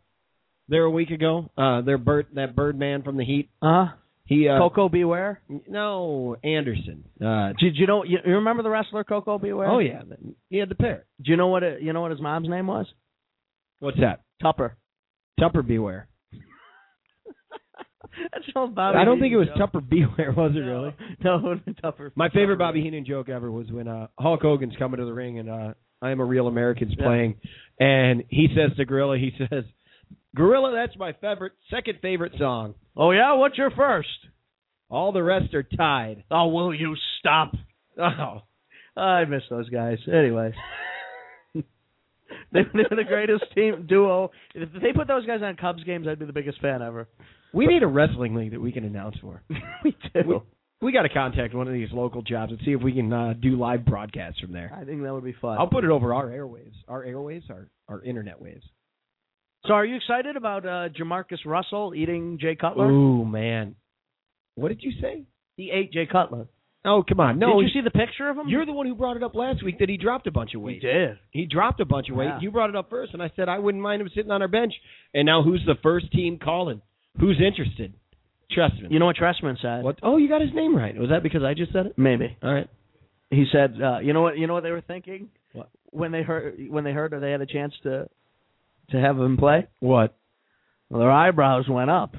Speaker 2: there a week ago? Uh, their bird that Birdman from the Heat.
Speaker 3: Uh,
Speaker 2: He uh,
Speaker 3: Coco Beware.
Speaker 2: no Anderson. Uh,
Speaker 3: Did you know? You, you remember the wrestler Coco Beware?
Speaker 2: Oh yeah, the- yeah, the parrot.
Speaker 3: Do you know what? It, you know what his mom's name was?
Speaker 2: What's that?
Speaker 3: Tupper.
Speaker 2: Tupper beware.
Speaker 3: (laughs) That's no Bobby.
Speaker 2: I don't think it was
Speaker 3: Heenan joke.
Speaker 2: Tupper beware, (laughs) was it really?
Speaker 3: No, (laughs) no tougher.
Speaker 2: My favorite Bobby Heenan joke ever was when uh, Hulk Hogan's coming to the ring and uh, I am a real American's
Speaker 3: Yeah.
Speaker 2: playing, and he says to Gorilla, he says, "Gorilla, that's my favorite, second favorite song.
Speaker 3: Oh yeah, what's your first?
Speaker 2: All the rest are tied."
Speaker 3: Oh, will you (laughs) stop?
Speaker 2: Oh,
Speaker 3: I miss those guys. Anyways, (laughs) they, they're the greatest team duo. If they put those guys on Cubs games, I'd be the biggest fan ever.
Speaker 2: (laughs)
Speaker 3: (laughs)
Speaker 2: we need a wrestling league that we can announce for.
Speaker 3: we do.
Speaker 2: We, we got to contact one of these local jobs and see if we can uh, do live broadcasts from there.
Speaker 3: I think that would be fun.
Speaker 2: I'll put it over our airwaves, our airwaves, our our internet waves.
Speaker 3: so, are you excited about uh, Jamarcus Russell eating Jay Cutler?
Speaker 2: Ooh man, what did you say?
Speaker 3: He ate Jay Cutler.
Speaker 2: Oh come on, no,
Speaker 3: Did you see the picture of him?
Speaker 2: you're the one who brought it up last week that he dropped a bunch of
Speaker 3: we
Speaker 2: weight.
Speaker 3: did.
Speaker 2: He dropped a bunch of weight.
Speaker 3: Yeah.
Speaker 2: You brought it up first, and I said I wouldn't mind him sitting on our bench. And now who's the first team calling? Who's interested? Trustman.
Speaker 3: You know what Tressman said?
Speaker 2: what? Oh, you got his name right. Was that because I just said it?
Speaker 3: Maybe.
Speaker 2: All right.
Speaker 3: he said, uh, "You know what? You know what they were thinking
Speaker 2: What?
Speaker 3: when they heard when they heard that they had a chance to to have him play.
Speaker 2: What?
Speaker 3: Well, their eyebrows went up.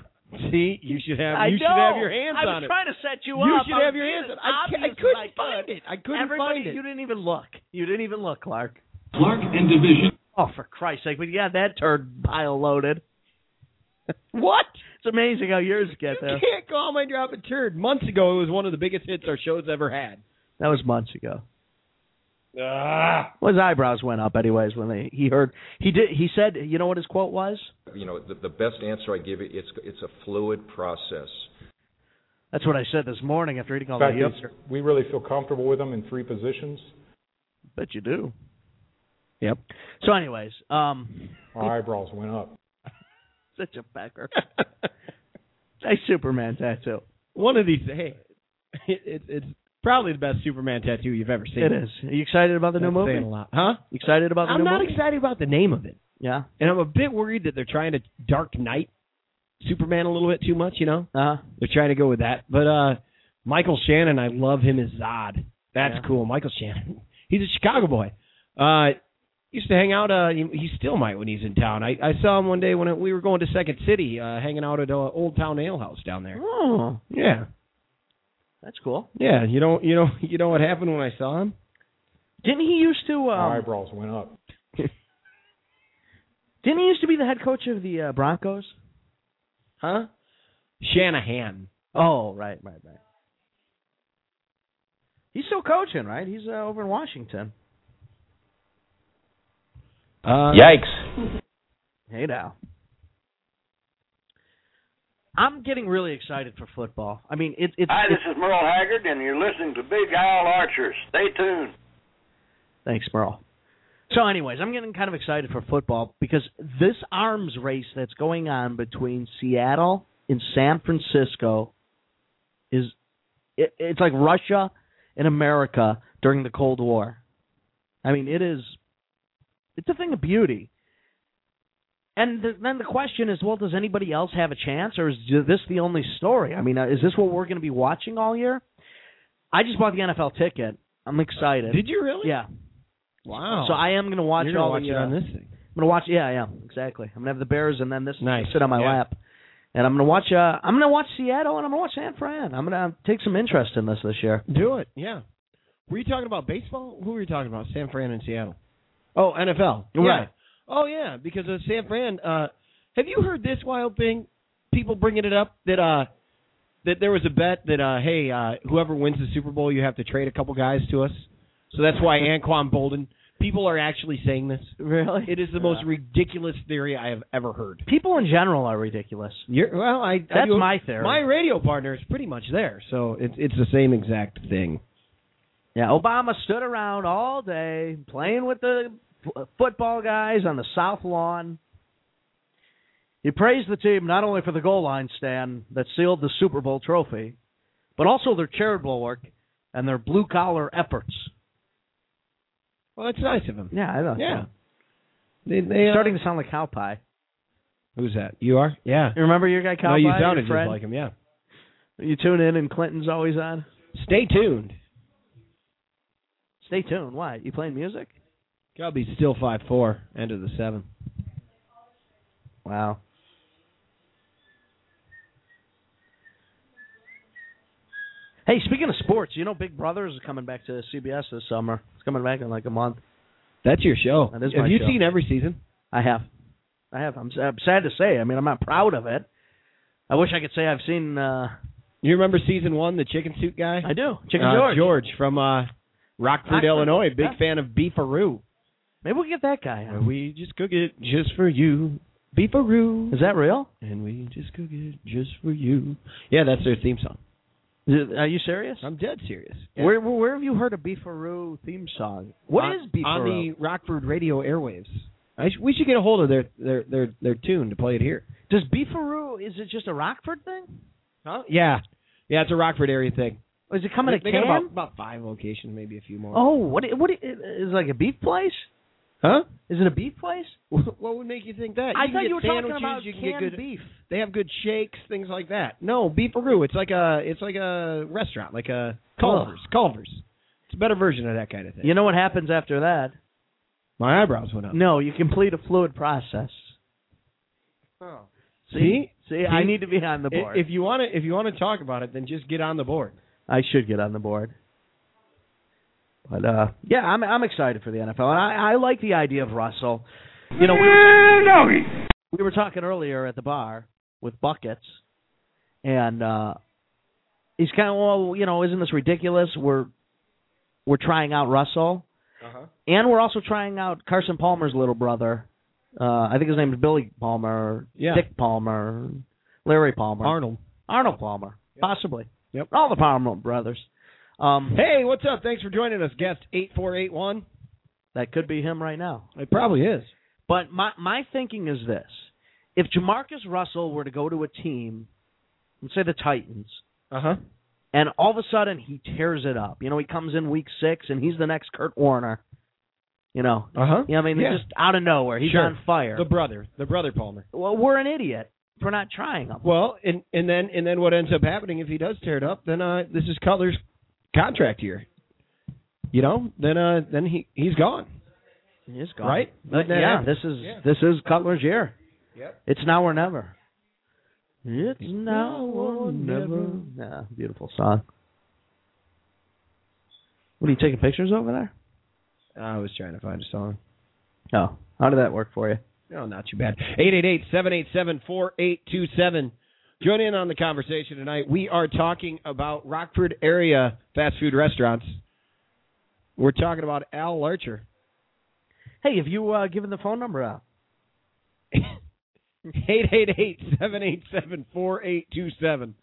Speaker 2: See, you should have
Speaker 3: I
Speaker 2: you should
Speaker 3: know.
Speaker 2: have your hands
Speaker 3: I was
Speaker 2: on it.
Speaker 3: trying to set you,
Speaker 2: You
Speaker 3: up.
Speaker 2: should
Speaker 3: I was
Speaker 2: have your
Speaker 3: being
Speaker 2: hands
Speaker 3: as
Speaker 2: on it. I, can't- I
Speaker 3: obvious as
Speaker 2: couldn't
Speaker 3: I could.
Speaker 2: find it. I couldn't
Speaker 3: Everybody,
Speaker 2: find it.
Speaker 3: you didn't even look. You didn't even look, Clark.
Speaker 6: Clark and Division.
Speaker 3: Oh, for Christ's sake! But you got that turd pile loaded. what? It's amazing how yours (laughs) get
Speaker 2: You
Speaker 3: there.
Speaker 2: can't call my drop a turd. Months ago, it was one of the biggest hits our show's ever had. (laughs)
Speaker 3: That was months ago.
Speaker 6: Ah.
Speaker 3: Well, his eyebrows went up, anyways, when they, he heard he did. He said, "You know what his quote was?
Speaker 7: you know, the, the best answer I give it, it's it's a fluid process.
Speaker 3: That's what I said this morning after eating all
Speaker 8: fact,
Speaker 3: that
Speaker 8: is,
Speaker 3: yogurt."
Speaker 8: we really feel comfortable with him in three positions.
Speaker 3: Bet you do.
Speaker 2: Yep.
Speaker 3: So, anyways, um,
Speaker 8: Our eyebrows went up.
Speaker 3: such a pecker. nice Superman tattoo.
Speaker 2: One of these. Hey, (laughs) it, it's it's probably the best Superman tattoo you've ever seen.
Speaker 3: It is. Are you excited about the new
Speaker 2: That's saying
Speaker 3: movie?
Speaker 2: a lot, huh?
Speaker 3: You excited about the
Speaker 2: I'm
Speaker 3: new
Speaker 2: not
Speaker 3: movie?
Speaker 2: excited about the name of it,
Speaker 3: yeah.
Speaker 2: and I'm a bit worried that they're trying to Dark Knight Superman a little bit too much. You know,
Speaker 3: Uh
Speaker 2: they're trying to go with that. But uh Michael Shannon, I love him as Zod. That's
Speaker 3: Yeah.
Speaker 2: cool, Michael Shannon. (laughs) He's a Chicago boy. Uh Used to hang out. Uh, he, he still might when he's in town. I, I saw him one day when we were going to Second City, uh, hanging out at uh, Old Town Ale House down there.
Speaker 3: Oh,
Speaker 2: Yeah,
Speaker 3: that's cool.
Speaker 2: yeah. You don't, you know, you know what happened when I saw him?
Speaker 3: Didn't he used to?
Speaker 8: Our
Speaker 3: Um,
Speaker 8: eyebrows went up.
Speaker 3: didn't he used to be the head coach of the uh, Broncos?
Speaker 2: Huh? Shanahan.
Speaker 3: Oh, right, right, right. He's still coaching, right? He's uh, over in Washington.
Speaker 2: Uh,
Speaker 3: Hey now. I'm getting really excited for football. I mean, it, it's.
Speaker 9: Hi,
Speaker 3: it's-
Speaker 9: this is Merle Haggard, and you're listening to Big Al Archer. Stay tuned.
Speaker 3: Thanks, Merle. So, anyways, I'm getting kind of excited for football because this arms race that's going on between Seattle and San Francisco is it, it's like Russia and America during the Cold War. I mean, it is it's a thing of beauty. And th then the question is, well, does anybody else have a chance, or is this the only story? I mean, uh, is this what we're going to be watching all year? I just bought the NFL ticket. I'm excited.
Speaker 2: Did you really?
Speaker 3: Yeah.
Speaker 2: Wow.
Speaker 3: So I am going to watch
Speaker 2: Oh. You're gonna
Speaker 3: all
Speaker 2: watch
Speaker 3: the.
Speaker 2: it
Speaker 3: uh,
Speaker 2: on this thing.
Speaker 3: I'm going to watch. Yeah, yeah, exactly. I'm going to have the Bears and then this
Speaker 2: Nice.
Speaker 3: sit on my
Speaker 2: Yeah.
Speaker 3: lap, and I'm going to watch. Uh, I'm going to watch Seattle and I'm going to watch San Fran. I'm going to take some interest in this this year.
Speaker 2: Do it. Yeah. Were you talking about baseball? Who were you talking about? San Fran and Seattle. Oh, NFL. Yeah.
Speaker 3: Right.
Speaker 2: Oh yeah, because of San Fran. Uh, have you heard this wild thing? People bringing it up that uh, that there was a bet that uh, hey, uh, whoever wins the Super Bowl, you have to trade a couple guys to us. So that's (laughs) why Anquan Bolden. People are actually saying this.
Speaker 3: Really?
Speaker 2: It is the most ridiculous theory I have ever heard.
Speaker 3: People in general are ridiculous.
Speaker 2: You're, well, I I
Speaker 3: That's
Speaker 2: do-
Speaker 3: my theory.
Speaker 2: My radio partner is pretty much there, so it's it's the same exact thing.
Speaker 3: Yeah, Obama stood around all day playing with the f- uh, football guys on the South Lawn. He praised the team not only for the goal line stand that sealed the Super Bowl trophy, but also their charitable work and their blue collar efforts.
Speaker 2: Well, that's nice of him.
Speaker 3: Yeah, I know.
Speaker 2: Yeah. They, they, uh,
Speaker 3: starting to sound like Cow Pie.
Speaker 2: Who's that? You are? Yeah.
Speaker 3: You remember your guy Cow
Speaker 2: no, you
Speaker 3: Pie? your
Speaker 2: sounded just
Speaker 3: friend?
Speaker 2: like him. Yeah.
Speaker 3: You tune in and Clinton's always on.
Speaker 2: Stay tuned.
Speaker 3: Stay tuned. Why? You playing music?
Speaker 2: Cubby's still five four. End of the seven.
Speaker 3: Wow. Hey, speaking of sports, you know Big Brother is coming back to CBS this summer. It's coming back in like a month.
Speaker 2: That's your show.
Speaker 3: That is
Speaker 2: have
Speaker 3: my
Speaker 2: you
Speaker 3: show.
Speaker 2: seen every season?
Speaker 3: I have. I have. I'm, s am sad to say. I mean, I'm not proud of it. I wish I could say I've seen. Uh,
Speaker 2: You remember season one, the chicken suit guy?
Speaker 3: I do. Chicken
Speaker 2: Uh,
Speaker 3: George.
Speaker 2: from uh, Rockford,
Speaker 3: Rockford.
Speaker 2: Illinois. Big
Speaker 3: Yeah.
Speaker 2: fan of Beefaroo.
Speaker 3: Maybe we'll get that guy.
Speaker 2: Where
Speaker 3: on.
Speaker 2: we just cook it just for you. Beefaroo.
Speaker 3: Is that real?
Speaker 2: And we just cook it just for you. Yeah, that's their theme song.
Speaker 3: Is it- Are you serious?
Speaker 2: I'm dead serious.
Speaker 3: Where where have you heard a Beefaroo theme song? What
Speaker 2: on,
Speaker 3: is Beefaroo?
Speaker 2: on the Rockford radio airwaves? I sh- we should get a hold of their their their their tune to play it here.
Speaker 3: Does Beefaroo is it just a Rockford thing?
Speaker 2: Huh? Yeah, yeah, it's a Rockford area thing.
Speaker 3: Or is it coming
Speaker 2: they,
Speaker 3: to
Speaker 2: they got
Speaker 3: can?
Speaker 2: about, about five locations, maybe a few more.
Speaker 3: Oh, what i- what i- is it like a beef place?
Speaker 2: Huh?
Speaker 3: Is it a beef place?
Speaker 2: (laughs) what would make you think that?
Speaker 3: I
Speaker 2: can
Speaker 3: thought
Speaker 2: get
Speaker 3: you were talking
Speaker 2: sandwiches,
Speaker 3: about
Speaker 2: you can get
Speaker 3: canned
Speaker 2: good,
Speaker 3: beef.
Speaker 2: They have good shakes, things like that. No, Beefaroo. It's like a it's like a restaurant, like a Culver's. Culver's. It's a better version of that kind of thing.
Speaker 3: You know what happens after that?
Speaker 2: My eyebrows went up.
Speaker 3: No, you complete a fluid process.
Speaker 2: See,
Speaker 3: See, I need to be on the board.
Speaker 2: If you want to, if you want to talk about it, then just get on the board.
Speaker 3: I should get on the board. But uh, yeah, I'm I'm excited for the NFL, and I, I like the idea of Russell. You know, we, we were talking earlier at the bar with buckets, and uh, he's kind of well, you know, isn't this ridiculous? We're we're trying out Russell,
Speaker 7: Uh-huh.
Speaker 3: and we're also trying out Carson Palmer's little brother. Uh, I think his name is Billy Palmer, or
Speaker 2: Yeah.
Speaker 3: Dick Palmer, Larry Palmer,
Speaker 2: Arnold.
Speaker 3: Arnold Palmer, possibly.
Speaker 2: Yep.
Speaker 3: All the Palmer brothers. Um,
Speaker 2: Hey, what's up? Thanks for joining us, guest eight four eight one.
Speaker 3: That could be him right now.
Speaker 2: It probably is.
Speaker 3: But my my thinking is this: if Jamarcus Russell were to go to a team, let's say the Titans,
Speaker 2: Uh huh.
Speaker 3: and all of a sudden he tears it up, you know, he comes in week six and he's the next Kurt Warner, you know,
Speaker 2: Uh huh.
Speaker 3: you know, what I mean,
Speaker 2: Yeah.
Speaker 3: just out of nowhere, he's
Speaker 2: Sure.
Speaker 3: on fire.
Speaker 2: The brother, the brother Palmer.
Speaker 3: well, we're an idiot for not trying him.
Speaker 2: Well, and and then and then what ends up happening if he does tear it up? Then uh, this is Cutler's contract year. You know, then uh, then he he's gone.
Speaker 3: He's gone.
Speaker 2: Right?
Speaker 3: But
Speaker 2: That
Speaker 3: yeah,
Speaker 2: happens.
Speaker 3: this is
Speaker 2: Uh, Yeah.
Speaker 3: this is Cutler's year.
Speaker 7: Yep.
Speaker 3: It's now or never. It's now or never. Yeah, beautiful song. What are you taking pictures over there?
Speaker 2: I was trying to find a song.
Speaker 3: Oh, how did that work for you?
Speaker 2: No, not too bad. 888-787-4827. Join in on the conversation tonight. We are talking about Rockford area fast food restaurants. We're talking about Al Larcher. (laughs)
Speaker 3: Hey, have you uh, given the phone number out?
Speaker 2: 888-787-4827.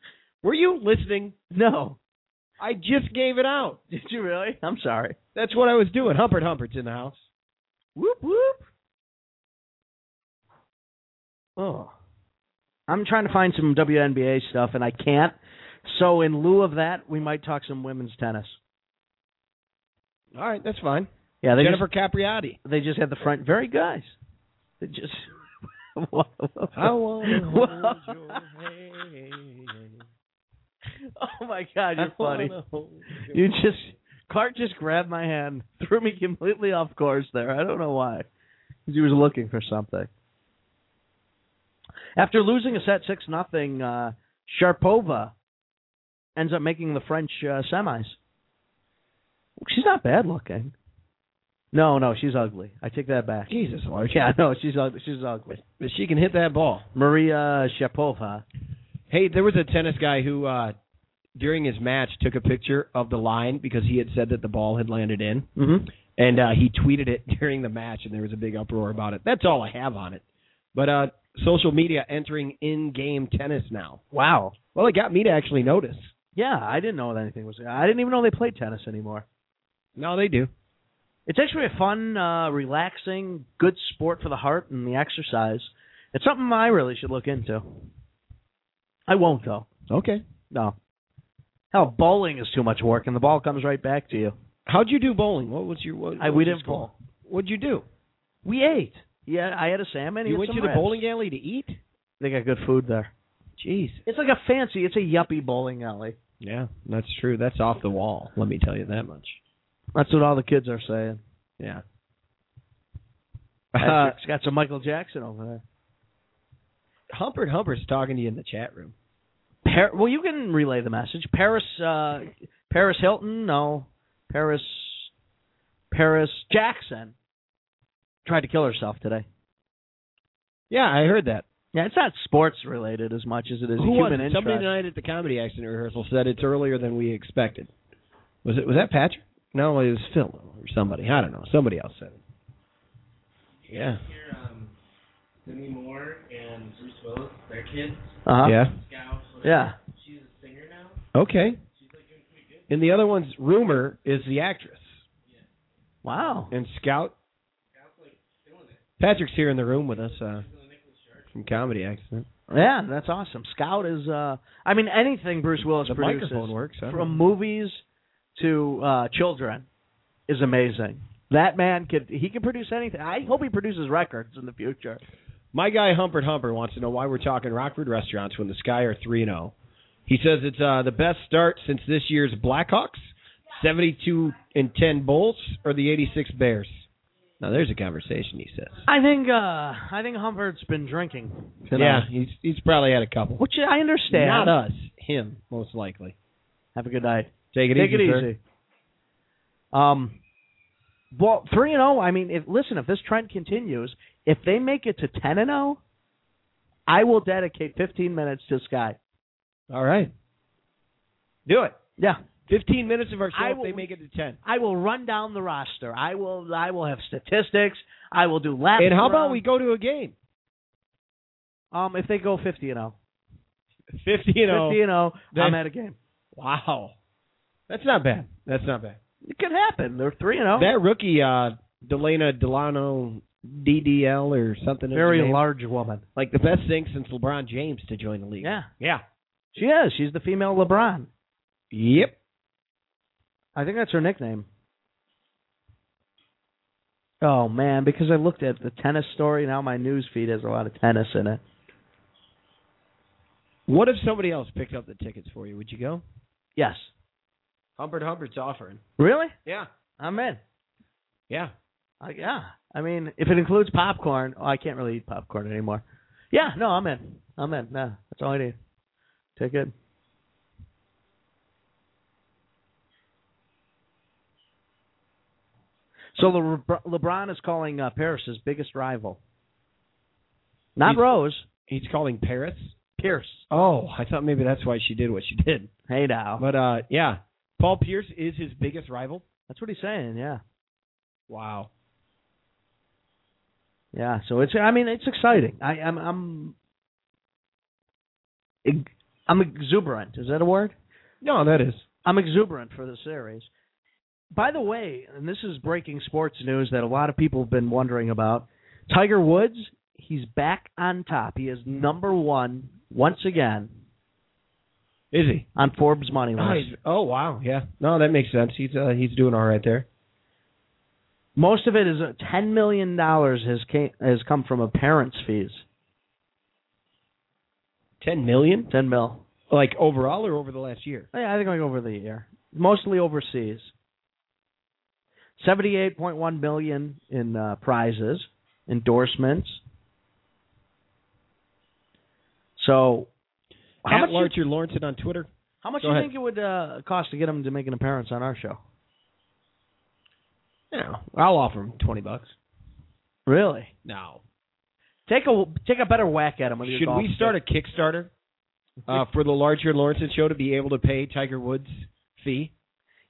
Speaker 2: Were you listening?
Speaker 3: No. (laughs)
Speaker 2: I just gave it out.
Speaker 3: Did you really? I'm sorry.
Speaker 2: That's what I was doing. Humpert Humpert's in the house.
Speaker 3: Whoop whoop. Oh. I'm trying to find some WNBA stuff and I can't. So in lieu of that, we might talk some women's tennis.
Speaker 2: All right, that's fine.
Speaker 3: Yeah, they
Speaker 2: Jennifer Capriati.
Speaker 3: just they just had the front very guys. They just (laughs)
Speaker 2: I wanna
Speaker 3: Whoa.
Speaker 2: hold your hand.
Speaker 3: Oh my god, you're
Speaker 2: I
Speaker 3: funny.
Speaker 2: wanna hold your
Speaker 3: You just Clark just grabbed my hand, (laughs) threw me completely off course there. I don't know why, because he was looking for something. After losing a set six nothing, uh, Sharpova ends up making the French uh, semis. She's not bad looking. No, no, she's ugly. I take that back.
Speaker 2: Jesus, Larcher.
Speaker 3: (laughs) Yeah, no, she's ugly. She's ugly.
Speaker 2: But she can hit that ball.
Speaker 3: Maria Sharapova.
Speaker 2: Hey, there was a tennis guy who, uh, during his match, took a picture of the line because he had said that the ball had landed in,
Speaker 3: Mm-hmm.
Speaker 2: and uh, he tweeted it (laughs) during the match, and there was a big uproar about it. That's all I have on it. But uh, social media entering in-game tennis now.
Speaker 3: Wow.
Speaker 2: Well, it got me to actually notice.
Speaker 3: Yeah, I didn't know that anything was. I didn't even know they played tennis anymore.
Speaker 2: No, they do.
Speaker 3: It's actually a fun, uh, relaxing, good sport for the heart and the exercise. It's something I really should look into. I won't though.
Speaker 2: Okay.
Speaker 3: No. Hell, bowling is too much work, and the ball comes right back to you.
Speaker 2: How'd you do bowling? What was your? What,
Speaker 3: I,
Speaker 2: what
Speaker 3: we
Speaker 2: was your
Speaker 3: didn't
Speaker 2: score?
Speaker 3: bowl.
Speaker 2: What'd you do?
Speaker 3: We ate. Yeah, I had a salmon. he
Speaker 2: you
Speaker 3: had
Speaker 2: went
Speaker 3: some
Speaker 2: to the
Speaker 3: ribs.
Speaker 2: bowling alley to eat?
Speaker 3: They got good food there.
Speaker 2: Jeez.
Speaker 3: It's like a fancy. It's a yuppie bowling alley.
Speaker 2: Yeah, that's true. That's off the wall. Let me tell you that much.
Speaker 3: That's what all the kids are saying.
Speaker 2: Yeah.
Speaker 3: (laughs) Uh, it's got some Michael Jackson over there.
Speaker 2: Humpert Humpert's talking to you in the chat room.
Speaker 3: Par- well, you can relay the message. Paris, uh, Paris Hilton, no, Paris, Paris Jackson tried to kill herself today.
Speaker 2: Yeah, I heard that.
Speaker 3: Yeah, it's not sports related as much as it
Speaker 2: Who
Speaker 3: is
Speaker 2: was
Speaker 3: human
Speaker 2: it?
Speaker 3: interest.
Speaker 2: Somebody tonight at the comedy accident rehearsal said it's earlier than we expected. Was it? Was that Patrick? No, it was Phil or somebody. I don't know. Somebody else said it. Yeah.
Speaker 6: Cindy um, Moore and Bruce Willis, their kids.
Speaker 3: Uh-huh.
Speaker 2: Yeah.
Speaker 6: Scout,
Speaker 3: Yeah.
Speaker 6: she's a singer now.
Speaker 2: Okay. And the other one's rumor is the actress
Speaker 3: Wow.
Speaker 2: and Scout. Patrick's here in the room with us uh, from comedy accident.
Speaker 3: Yeah, that's awesome. Scout is, uh, I mean, anything Bruce Willis
Speaker 2: The
Speaker 3: produces,
Speaker 2: microphone works. huh?
Speaker 3: from movies to uh, children, is amazing. That man could he could produce anything. I hope he produces records in the future.
Speaker 2: My guy Humpert Humper wants to know why we're talking Rockford restaurants when the Sky are three and zero. He says it's uh, the best start since this year's Blackhawks, seventy two and ten Bulls, or the eighty six Bears. Now there's a conversation he says.
Speaker 3: I think uh I think Humphrey's been drinking.
Speaker 2: yeah, he's he's probably had a couple.
Speaker 3: Which I understand.
Speaker 2: Not us, him most likely.
Speaker 3: Have a good night.
Speaker 2: Take it
Speaker 3: Take
Speaker 2: easy.
Speaker 3: it
Speaker 2: sir.
Speaker 3: easy. Um, well, three and zero. I mean, if listen, if this trend continues, if they make it to ten and zero, I will dedicate fifteen minutes to Sky.
Speaker 2: All right. Do it.
Speaker 3: Yeah,
Speaker 2: 15 minutes of our show
Speaker 3: I
Speaker 2: if they
Speaker 3: will-
Speaker 2: make it to 10.
Speaker 3: I will run down the roster. I will. I will have statistics. I will do laps.
Speaker 2: And how about
Speaker 3: around.
Speaker 2: we go to a game?
Speaker 3: Um, if they go fifty and zero,
Speaker 2: 50 you know.
Speaker 3: fifty and zero,
Speaker 2: then-
Speaker 3: I'm at a game.
Speaker 2: oh. Wow. That's not bad. That's not bad.
Speaker 3: It could happen. They're three and oh. zero.
Speaker 2: That rookie, uh, Delana Delano DDL or something. is her
Speaker 3: Very
Speaker 2: name.
Speaker 3: large woman.
Speaker 2: Like the best thing since LeBron James to join the league.
Speaker 3: Yeah,
Speaker 2: Yeah.
Speaker 3: she is. She's the female LeBron.
Speaker 2: Yep.
Speaker 3: I think that's her nickname. Oh man, because I looked at the tennis story, now my news feed has a lot of tennis in it.
Speaker 2: What if somebody else picked up the tickets for you? Would you go?
Speaker 3: Yes.
Speaker 2: Humbert Humbert's offering.
Speaker 3: Really?
Speaker 2: Yeah.
Speaker 3: I'm in.
Speaker 2: Yeah.
Speaker 3: Uh, yeah. I mean, if it includes popcorn, oh, I can't really eat popcorn anymore. Yeah, no, I'm in. I'm in. No, that's all I need. Ticket. So Le- LeBron is calling uh, Paris his biggest rival. Not
Speaker 2: He's-
Speaker 3: Rose,
Speaker 2: He's calling Paris.
Speaker 3: Pierce.
Speaker 2: Oh, I thought maybe that's why she did what she did.
Speaker 3: Hey now.
Speaker 2: But uh, yeah, Paul Pierce is his biggest rival.
Speaker 3: That's what he's saying, yeah.
Speaker 2: Wow.
Speaker 3: Yeah, so it's I mean, it's exciting. I I'm I'm ex- I'm exuberant. Is that a word?
Speaker 2: No, that is.
Speaker 3: I'm exuberant for the series. By the way, and this is breaking sports news that a lot of people have been wondering about. Tiger Woods, he's back on top. He is number 1 once again
Speaker 2: Is he?
Speaker 3: on Forbes money
Speaker 2: Oh,
Speaker 3: list.
Speaker 2: he's- oh, wow. Yeah. No, that makes sense. He's uh, he's doing all right there.
Speaker 3: Most of it is uh, 10 million dollars has came, has come from a parent's fees.
Speaker 2: Ten million,
Speaker 3: 10 mil.
Speaker 2: like overall or over the last year.
Speaker 3: Oh, Yeah, I think like over the year, mostly overseas. Seventy-eight point one million in uh, prizes, endorsements. So, how
Speaker 2: At
Speaker 3: much?
Speaker 2: Larcher
Speaker 3: You,
Speaker 2: Lawrenson on Twitter.
Speaker 3: how much
Speaker 2: go
Speaker 3: you
Speaker 2: ahead.
Speaker 3: think it would uh, cost to get him to make an appearance on our show?
Speaker 2: No, I'll offer him twenty bucks.
Speaker 3: Really?
Speaker 2: No.
Speaker 3: Take a take a better whack at him. With your
Speaker 2: Should
Speaker 3: golf
Speaker 2: we start a Kickstarter uh, for the Larcher Lawrenson show to be able to pay Tiger Woods' fee?
Speaker 3: stick.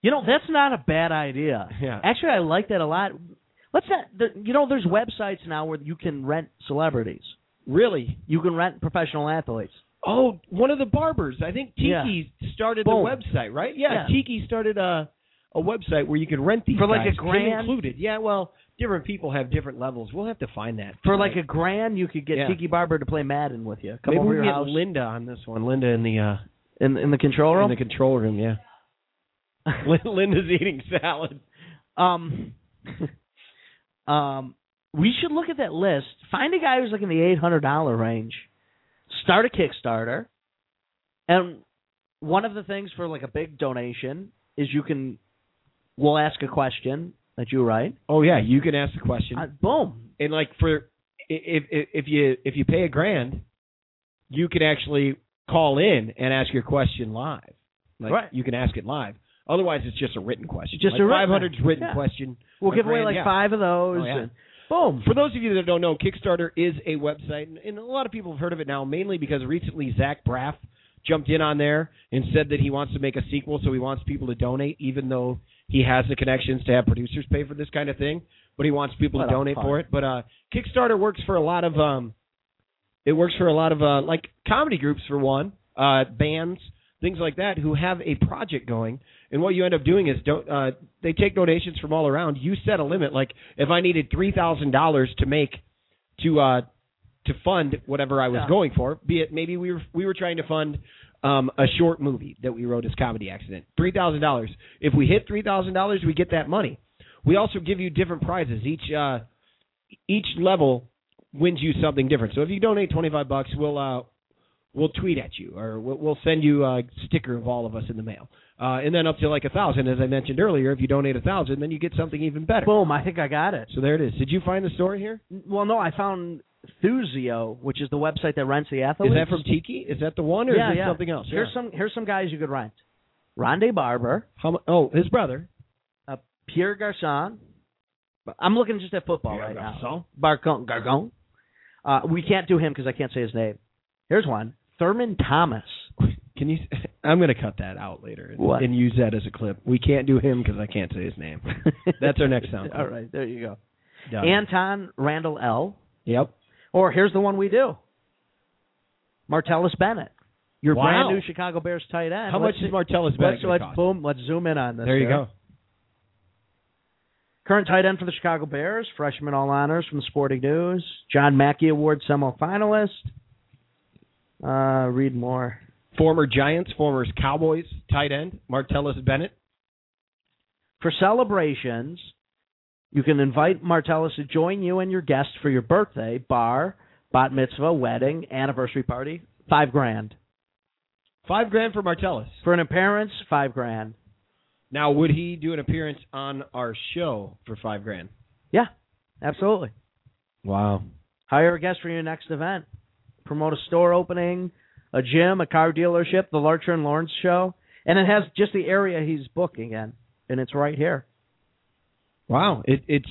Speaker 3: You know, that's not a bad idea.
Speaker 2: Yeah.
Speaker 3: Actually, I like that a lot. Let's not. The, you know, there's websites now where you can rent celebrities.
Speaker 2: Really?
Speaker 3: You can rent professional athletes.
Speaker 2: Oh, one of the barbers. I think Tiki started
Speaker 3: Boom.
Speaker 2: the website, right? Yeah,
Speaker 3: Yeah.
Speaker 2: Tiki started a a website where you could rent these
Speaker 3: For like a
Speaker 2: guys, him
Speaker 3: grand?
Speaker 2: included. Yeah, well, different people have different levels. We'll have to find that
Speaker 3: For like a grand, you could get
Speaker 2: Yeah.
Speaker 3: Tiki Barber to play Madden with you. Come
Speaker 2: Maybe
Speaker 3: over
Speaker 2: we
Speaker 3: your
Speaker 2: get
Speaker 3: house
Speaker 2: Linda on this one. Linda in the uh,
Speaker 3: in in the control
Speaker 2: in
Speaker 3: room.
Speaker 2: the control room.
Speaker 3: (laughs)
Speaker 2: Yeah, Lin- Linda's eating salad.
Speaker 3: um, um, (laughs) we should look at that list. Find a guy who's like in the eight hundred dollar range. Start a Kickstarter, and one of the things for like a big donation is you can. We'll ask a question that you write.
Speaker 2: Oh yeah, you can ask the question.
Speaker 3: Uh, boom.
Speaker 2: and like for i- if if if you if you pay a grand, you can actually call in and ask your question live. Like
Speaker 3: Right.
Speaker 2: you can ask it live. Otherwise, it's just a written question.
Speaker 3: Just
Speaker 2: like
Speaker 3: a written-
Speaker 2: 500 written
Speaker 3: yeah.
Speaker 2: question.
Speaker 3: We'll
Speaker 2: A
Speaker 3: give away
Speaker 2: grand,
Speaker 3: like
Speaker 2: yeah.
Speaker 3: five of those.
Speaker 2: Oh, yeah.
Speaker 3: and boom.
Speaker 2: For those of you that don't know, Kickstarter is a website, and, and a lot of people have heard of it now, mainly because recently Zach Braff jumped in on there and said that he wants to make a sequel, so he wants people to donate, even though he has the connections to have producers pay for this kind of thing. But he wants people
Speaker 3: What
Speaker 2: to
Speaker 3: a
Speaker 2: donate
Speaker 3: fuck.
Speaker 2: for it. But uh, Kickstarter works for a lot of um, it works for a lot of uh, like comedy groups for one, uh, bands, things like that, who have a project going. And what you end up doing is don't uh, they take donations from all around. You set a limit, like if I needed three thousand dollars to make to uh, to fund whatever I was
Speaker 3: Yeah.
Speaker 2: going for, be it maybe we were we were trying to fund um, a short movie that we wrote as comedy accident. Three thousand dollars. If we hit three thousand dollars, we get that money. We also give you different prizes. Each uh, each level wins you something different. So if you donate twenty five bucks, we'll uh, we'll tweet at you or we'll, we'll send you a sticker of all of us in the mail. Uh, and then up to like a thousand, as I mentioned earlier, if you donate a thousand, then you get something even better.
Speaker 3: Boom! I think I got it.
Speaker 2: So there it is. Did you find the story here?
Speaker 3: Well, no, I found Thuzio, which is the website that rents the athletes.
Speaker 2: Is that from Tiki? Is that the one, or
Speaker 3: yeah,
Speaker 2: is it
Speaker 3: yeah.
Speaker 2: something else?
Speaker 3: Here's some here's some guys you could rent: Rondé Barber,
Speaker 2: How mu- oh, his brother. (laughs)
Speaker 3: Pierre Garcon. I'm looking just at football right now.
Speaker 2: So
Speaker 3: Barcon, Gargon. Uh, we can't do him because I can't say his name. Here's one: Thurman Thomas.
Speaker 2: can you? (laughs) I'm going to cut that out later and,
Speaker 3: What?
Speaker 2: and use that as a clip. We can't do him because I can't say his
Speaker 3: (laughs)
Speaker 2: name. (laughs) That's our next sound.
Speaker 3: All right, there you go.
Speaker 2: Done.
Speaker 3: Anton Randall L.
Speaker 2: yep.
Speaker 3: Or here's the one we do: Martellus Bennett, your
Speaker 2: Wow.
Speaker 3: brand new Chicago Bears tight end.
Speaker 2: How much
Speaker 3: Let's-
Speaker 2: is Martellus
Speaker 3: Let's,
Speaker 2: Bennett gonna
Speaker 3: let's
Speaker 2: cost?
Speaker 3: boom. Let's zoom in on this.
Speaker 2: There you
Speaker 3: here.
Speaker 2: go.
Speaker 3: Current tight end for the Chicago Bears, freshman all honors from Sporting News, John Mackey Award semifinalist. Uh, read more.
Speaker 2: Former Giants, former Cowboys tight end Martellus Bennett.
Speaker 3: For celebrations, you can invite Martellus to join you and your guests for your birthday, bar, bat mitzvah, wedding, anniversary party. Five grand.
Speaker 2: Five grand for Martellus.
Speaker 3: For an appearance, five grand.
Speaker 2: Now, would he do an appearance on our show for five grand?
Speaker 3: Yeah, absolutely.
Speaker 2: Wow.
Speaker 3: Hire a guest for your next event. Promote a store opening, a gym, a car dealership, the Larcher and Lawrence show. And it has just the area he's booking in. And it's right here.
Speaker 2: Wow. It, it's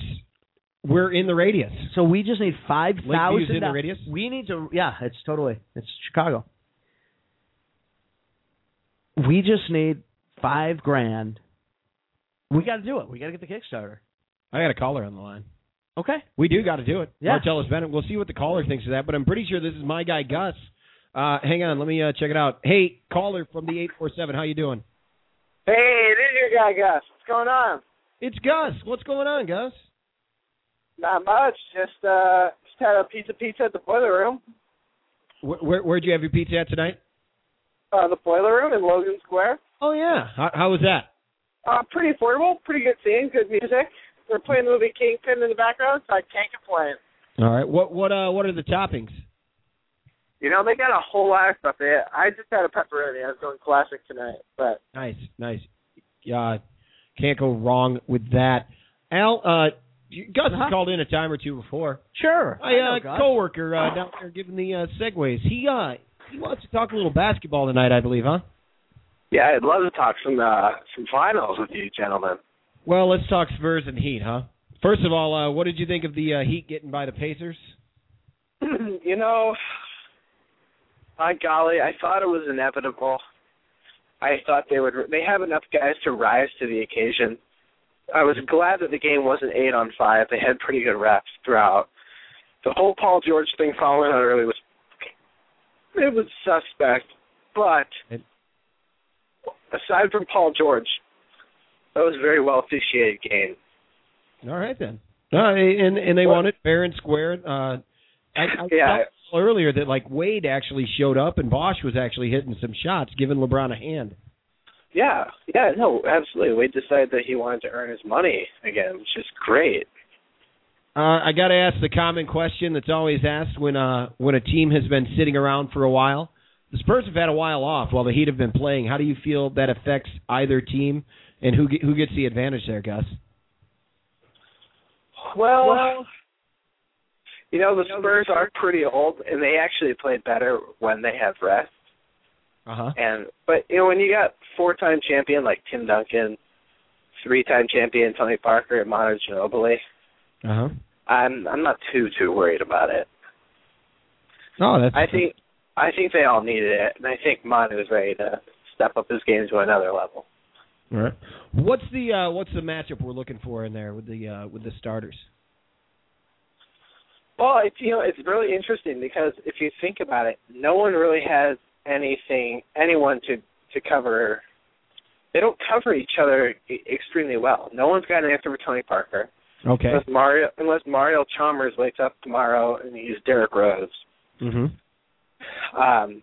Speaker 2: we're in the radius.
Speaker 3: So we just need five
Speaker 2: Lakeview's in
Speaker 3: thousand
Speaker 2: the radius.
Speaker 3: We need to yeah, it's totally it's Chicago. We just need five grand. We gotta do it. We gotta get the Kickstarter.
Speaker 2: I got a caller on the line.
Speaker 3: Okay.
Speaker 2: We do got to do it.
Speaker 3: Yeah.
Speaker 2: Martellus Bennett. We'll see what the caller thinks of that, but I'm pretty sure this is my guy Gus. Uh, hang on, let me uh, check it out. Hey, caller from the eight four seven. How you doing?
Speaker 9: Hey, it is your guy, Gus. What's going on?
Speaker 2: It's Gus. What's going on, Gus?
Speaker 9: Not much. Just uh, just had a piece of pizza at the boiler room.
Speaker 2: Where, where where'd you have your pizza at tonight?
Speaker 9: Uh, the boiler room in Logan Square.
Speaker 2: Oh yeah. How, how was that?
Speaker 9: Uh, pretty affordable. Pretty good scene. Good music. They're playing the movie Kingpin in the background, so I can't complain.
Speaker 2: All right. What what uh what are the toppings?
Speaker 9: You know, they got a whole lot of stuff. They, I just had a pepperoni. I was going classic tonight, but
Speaker 2: Nice, nice. Yeah, can't go wrong with that. Al, uh, you- Gus has called in a time or two before.
Speaker 3: Sure.
Speaker 2: My
Speaker 3: I know,
Speaker 2: uh,
Speaker 3: Gus.
Speaker 2: coworker uh, down there giving the uh, segues. He uh he wants to talk a little basketball tonight, I believe, huh?
Speaker 9: yeah, I'd love to talk some uh, some finals with you gentlemen.
Speaker 2: Well, let's talk Spurs and Heat, huh? First of all, uh, what did you think of the uh, Heat getting by the Pacers?
Speaker 9: (clears throat) you know, by golly, I thought it was inevitable. I thought they would. They have enough guys to rise to the occasion. I was glad that the game wasn't eight on five. They had pretty good reps throughout. The whole Paul George thing falling out early was it was suspect, but
Speaker 2: It-
Speaker 9: aside from Paul George, that was a very well officiated game.
Speaker 2: All right then. Uh, and and they
Speaker 9: Well-
Speaker 2: won it fair and square. Uh, I, I
Speaker 9: Yeah.
Speaker 2: saw earlier that like Wade actually showed up and Bosch was actually hitting some shots, giving LeBron a hand.
Speaker 9: Yeah, yeah, no, absolutely. Wade decided that he wanted to earn his money again, which is great.
Speaker 2: Uh, I got to ask the common question that's always asked when uh, when a team has been sitting around for a while. The Spurs have had a while off while the Heat have been playing. How do you feel that affects either team, and who ge- who gets the advantage there, Gus?
Speaker 9: Well, you know the Spurs are pretty old, and they actually play better when they have rest.
Speaker 2: Uh huh.
Speaker 9: And but you know when you got four-time champion like Tim Duncan, three-time champion Tony Parker, and Monta Ginobili,
Speaker 2: Uh huh.
Speaker 9: I'm I'm not too too worried about it.
Speaker 2: Oh, that's.
Speaker 9: I think I think they all needed it, and I think Monta is ready to step up his game to another level.
Speaker 2: All right. What's the uh, what's the matchup we're looking for in there with the uh, with the starters?
Speaker 9: Well, it's you know it's really interesting because if you think about it, no one really has anything anyone to to cover. They don't cover each other e- extremely well. No one's got an answer for Tony Parker
Speaker 2: Okay.
Speaker 9: unless Mario unless Mario Chalmers wakes up tomorrow and he's Derrick Rose.
Speaker 2: Mm-hmm.
Speaker 9: Um,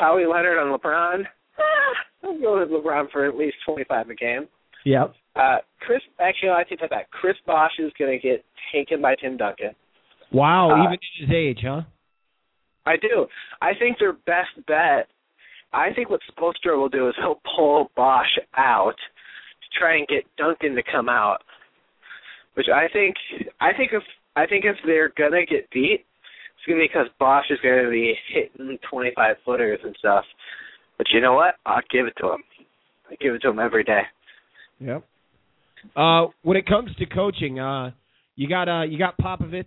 Speaker 9: Kawhi Leonard on LeBron. Ah, I'm going with LeBron for at least 25 a game.
Speaker 2: Yep.
Speaker 9: Uh, Chris, actually, no, I take that back. Chris Bosch is going to get taken by Tim Duncan.
Speaker 2: Wow.
Speaker 9: Uh,
Speaker 2: even at his age, huh?
Speaker 9: I do. I think their best bet. I think what Spolstra will do is he'll pull Bosch out to try and get Duncan to come out. Which I think. I think if I think if they're gonna get beat, it's gonna be because Bosch is gonna be hitting twenty five footers and stuff. But you know what? I'll give it to him. I give it to him every day.
Speaker 2: Yep. Uh, when it comes to coaching, uh, you got uh, you got Popovich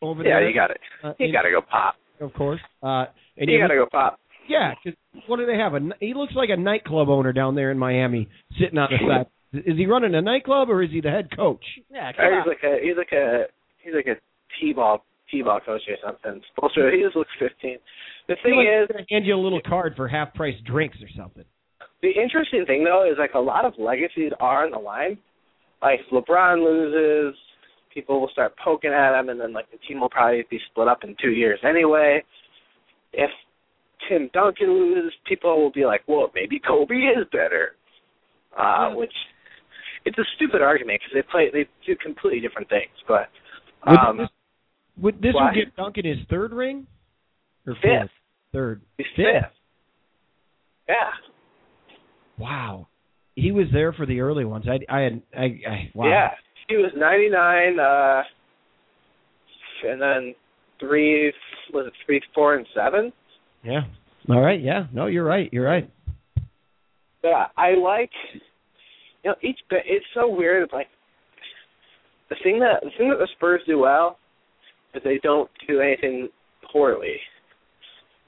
Speaker 2: over
Speaker 9: Yeah,
Speaker 2: there.
Speaker 9: you got it.
Speaker 2: Uh,
Speaker 9: You
Speaker 2: in-
Speaker 9: gotta go pop.
Speaker 2: of course. Uh, and
Speaker 9: You
Speaker 2: you
Speaker 9: gotta go pop.
Speaker 2: Yeah, 'cause what do they have? A, n- he looks like a nightclub owner down there in Miami, sitting on the side. Is he running a nightclub or is he the head coach?
Speaker 3: Yeah, come
Speaker 9: Or
Speaker 3: on.
Speaker 9: he's like a he's like a he's like a T ball T ball coach or something. Spolstra, he just looks fifteen. The
Speaker 2: He
Speaker 9: thing
Speaker 2: looks
Speaker 9: is
Speaker 2: like he's gonna hand you a little card for half price drinks or something.
Speaker 9: the interesting thing though is like a lot of legacies are on the line. Like LeBron loses, people will start poking at him and then like the team will probably be split up in two years anyway. If Tim Duncan loses, people will be like, Well, maybe Kobe is better. Uh which it's a stupid argument because they play they do completely different things, but
Speaker 2: Would
Speaker 9: um,
Speaker 2: this, would this
Speaker 9: why-
Speaker 2: would give Duncan his third ring? Or
Speaker 9: Fifth.
Speaker 2: fourth? Third.
Speaker 9: He's
Speaker 2: Fifth.
Speaker 9: fifth. Yeah.
Speaker 2: Wow. He was there for the early ones. I I had I, I wow.
Speaker 9: Yeah. He was 99, uh, and then three, was it three, four, and seven?
Speaker 2: Yeah. All right, yeah. No, you're right. You're right.
Speaker 9: But I, I like, you know, each bit, it's so weird. Like, the thing that, the thing that the Spurs do well is they don't do anything poorly.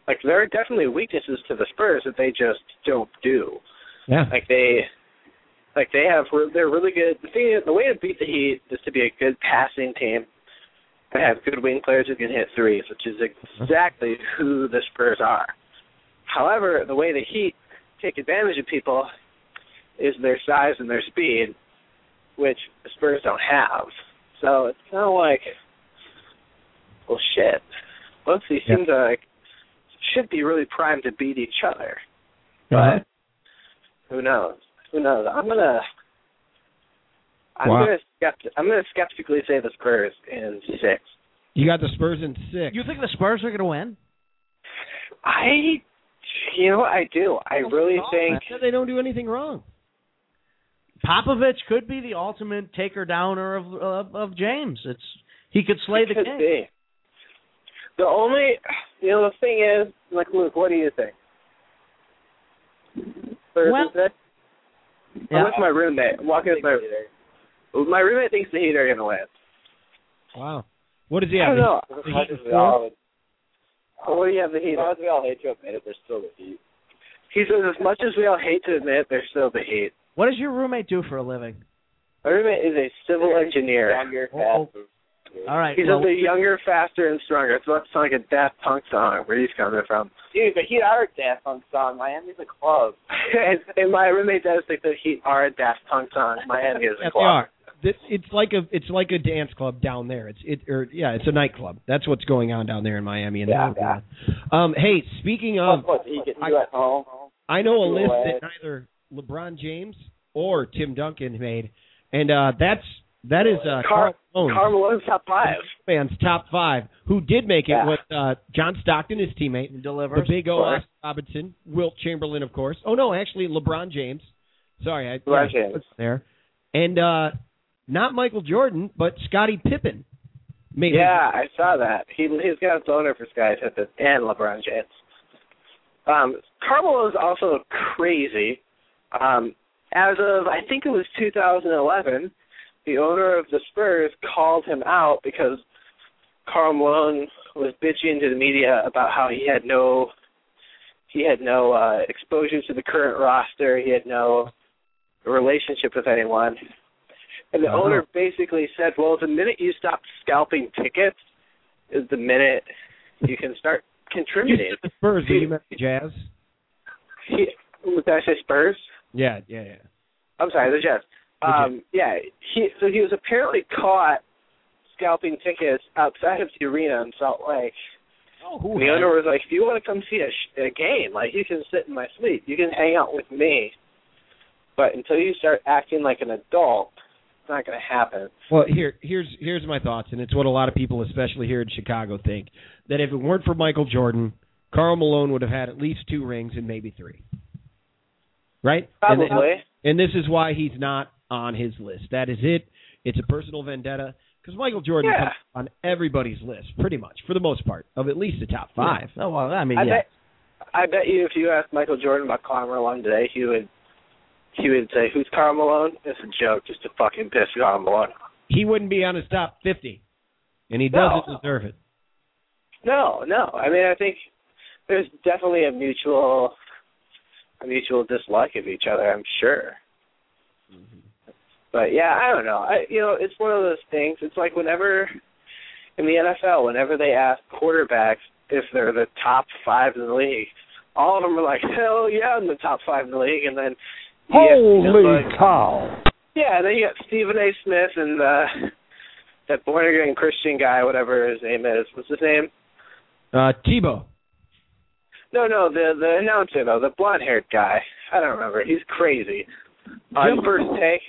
Speaker 9: Like, there are definitely weaknesses to the Spurs that they just don't do.
Speaker 2: Yeah.
Speaker 9: Like they, like they have, they're really good. The thing, is, the way to beat the Heat is to be a good passing team and have good wing players who can hit threes, which is exactly who the Spurs are. However, the way the Heat take advantage of people is their size and their speed, which the Spurs don't have. So it's kind of like, well, shit. Both these
Speaker 2: Yeah.
Speaker 9: teams are like should be really primed to beat each other.
Speaker 2: Uh-huh.
Speaker 9: Who knows? Who knows? I'm gonna. I'm
Speaker 2: Wow.
Speaker 9: gonna skepti- I'm gonna skeptically say the Spurs in six.
Speaker 2: You got the Spurs in six.
Speaker 3: You think the Spurs are going to win?
Speaker 9: I, you know, what I do. I really think.
Speaker 2: Said they don't do anything wrong.
Speaker 3: Popovich could be the ultimate taker downer of, of of James. It's he could slay the
Speaker 9: Could
Speaker 3: king.
Speaker 9: be. The only, you know, the thing is, like Luke, what do you think? Spurs
Speaker 3: Well-
Speaker 9: in six? I'm
Speaker 3: Yeah.
Speaker 9: with my roommate. I'm walking with my my roommate thinks the Heat are gonna win.
Speaker 2: Wow. What does he
Speaker 9: I
Speaker 2: have?
Speaker 9: don't know.
Speaker 2: The Heat in four?
Speaker 9: Oh, what do you have the Heat? As we all hate to admit it, they're still the Heat. He says, as much as we all hate to admit, they're still the Heat.
Speaker 3: What does your roommate do for a living?
Speaker 9: My roommate is a civil engineer.
Speaker 3: Oh, oh. All right.
Speaker 9: He's
Speaker 3: well,
Speaker 9: only younger, faster, and stronger. It's about to sound like a Daft Punk song. Where he's coming from? Dude, the Heat are a Daft Punk song. Miami's a club. (laughs) and, and my roommate does think the Heat are a Daft Punk song. Miami is
Speaker 2: Yeah,
Speaker 9: a
Speaker 2: they
Speaker 9: club.
Speaker 2: are. This, E it's like a it's like a dance club down there. It's it or yeah, it's a nightclb. That's what's going on down there in Miami. And
Speaker 9: Yeah, Oh,
Speaker 2: Florida. Um, hey, speaking of,
Speaker 9: what the Heat get
Speaker 2: I-
Speaker 9: you at home?
Speaker 2: I know a list
Speaker 9: What?
Speaker 2: that neither LeBron James or Tim Duncan made, and uh, that's that is uh,
Speaker 9: Car-
Speaker 2: Carl Malone,
Speaker 9: Carmelo's top five.
Speaker 2: fans top five. Who did make it
Speaker 9: Yeah.
Speaker 2: was uh, John Stockton, his teammate,
Speaker 3: delivers.
Speaker 2: the big O,
Speaker 9: course.
Speaker 2: Oscar Robinson, Wilt Chamberlain, of course. Oh no, actually LeBron James. Sorry, I
Speaker 9: LeBron
Speaker 2: yeah,
Speaker 9: James.
Speaker 2: it's there. And uh not Michael Jordan, but Scottie Pippen. Maybe.
Speaker 9: Yeah, I saw that. He he's got a boner for Sky Pippen and LeBron James. Um, Carmelo is also crazy. Um, as of I think it was 2011, the owner of the Spurs called him out because Carl Malone was bitching to the media about how he had no he had no uh, exposure to the current roster. He had no relationship with anyone. And the
Speaker 2: Wow.
Speaker 9: owner basically said, "Well, the minute you stop scalping tickets, is the minute you can start
Speaker 2: You
Speaker 9: (laughs) contributing."
Speaker 2: said the Spurs, but you meant the Jazz.
Speaker 9: He, did I say Spurs?
Speaker 2: Yeah, yeah, yeah.
Speaker 9: I'm sorry, the Jets. Um, yeah, he so he was apparently caught scalping tickets outside of the arena in Salt Lake.
Speaker 3: Oh, who
Speaker 9: And the owner was like, "If you want to come see a, sh- a game, like you can sit in my suite, you can hang out with me, but until you start acting like an adult, It's not going to happen.
Speaker 2: Well, here here's here's my thoughts, and it's what a lot of people, especially here in Chicago, think that if it weren't for Michael Jordan, Carl Malone would have had at least two rings and maybe three. Right? And-
Speaker 9: Probably.
Speaker 2: and this is why he's not on his list. That is it. It's a personal vendetta because Michael Jordan
Speaker 9: Yeah.
Speaker 2: comes on everybody's list, pretty much for the most part, of at least the top five.
Speaker 3: Oh well, I mean,
Speaker 9: I
Speaker 3: yeah.
Speaker 9: bet I bet you if you asked Michael Jordan about Karl Malone today, he would he would say, Who's Karl Malone? It's a joke just to fucking piss Karl Malone. off.
Speaker 2: He wouldn't be on his top fifty, and he
Speaker 9: No.
Speaker 2: doesn't deserve it.
Speaker 9: No, no. I mean I think there's definitely a mutual a mutual dislike of each other, I'm sure. But yeah, I don't know. I you know, it's one of those things. It's like whenever in the NFL, whenever they ask quarterbacks if they're the top five in the league, all of them are like, "Hell yeah, I'm the top five in the league." And then you get people like-
Speaker 10: cow.
Speaker 9: yeah, then you got Stephen A. Smith and uh that born again Christian guy, whatever his name is. What's his name?
Speaker 2: Uh, Tebow.
Speaker 9: No, no, the the announcer though, the blonde haired guy. I don't remember. He's crazy. On first take,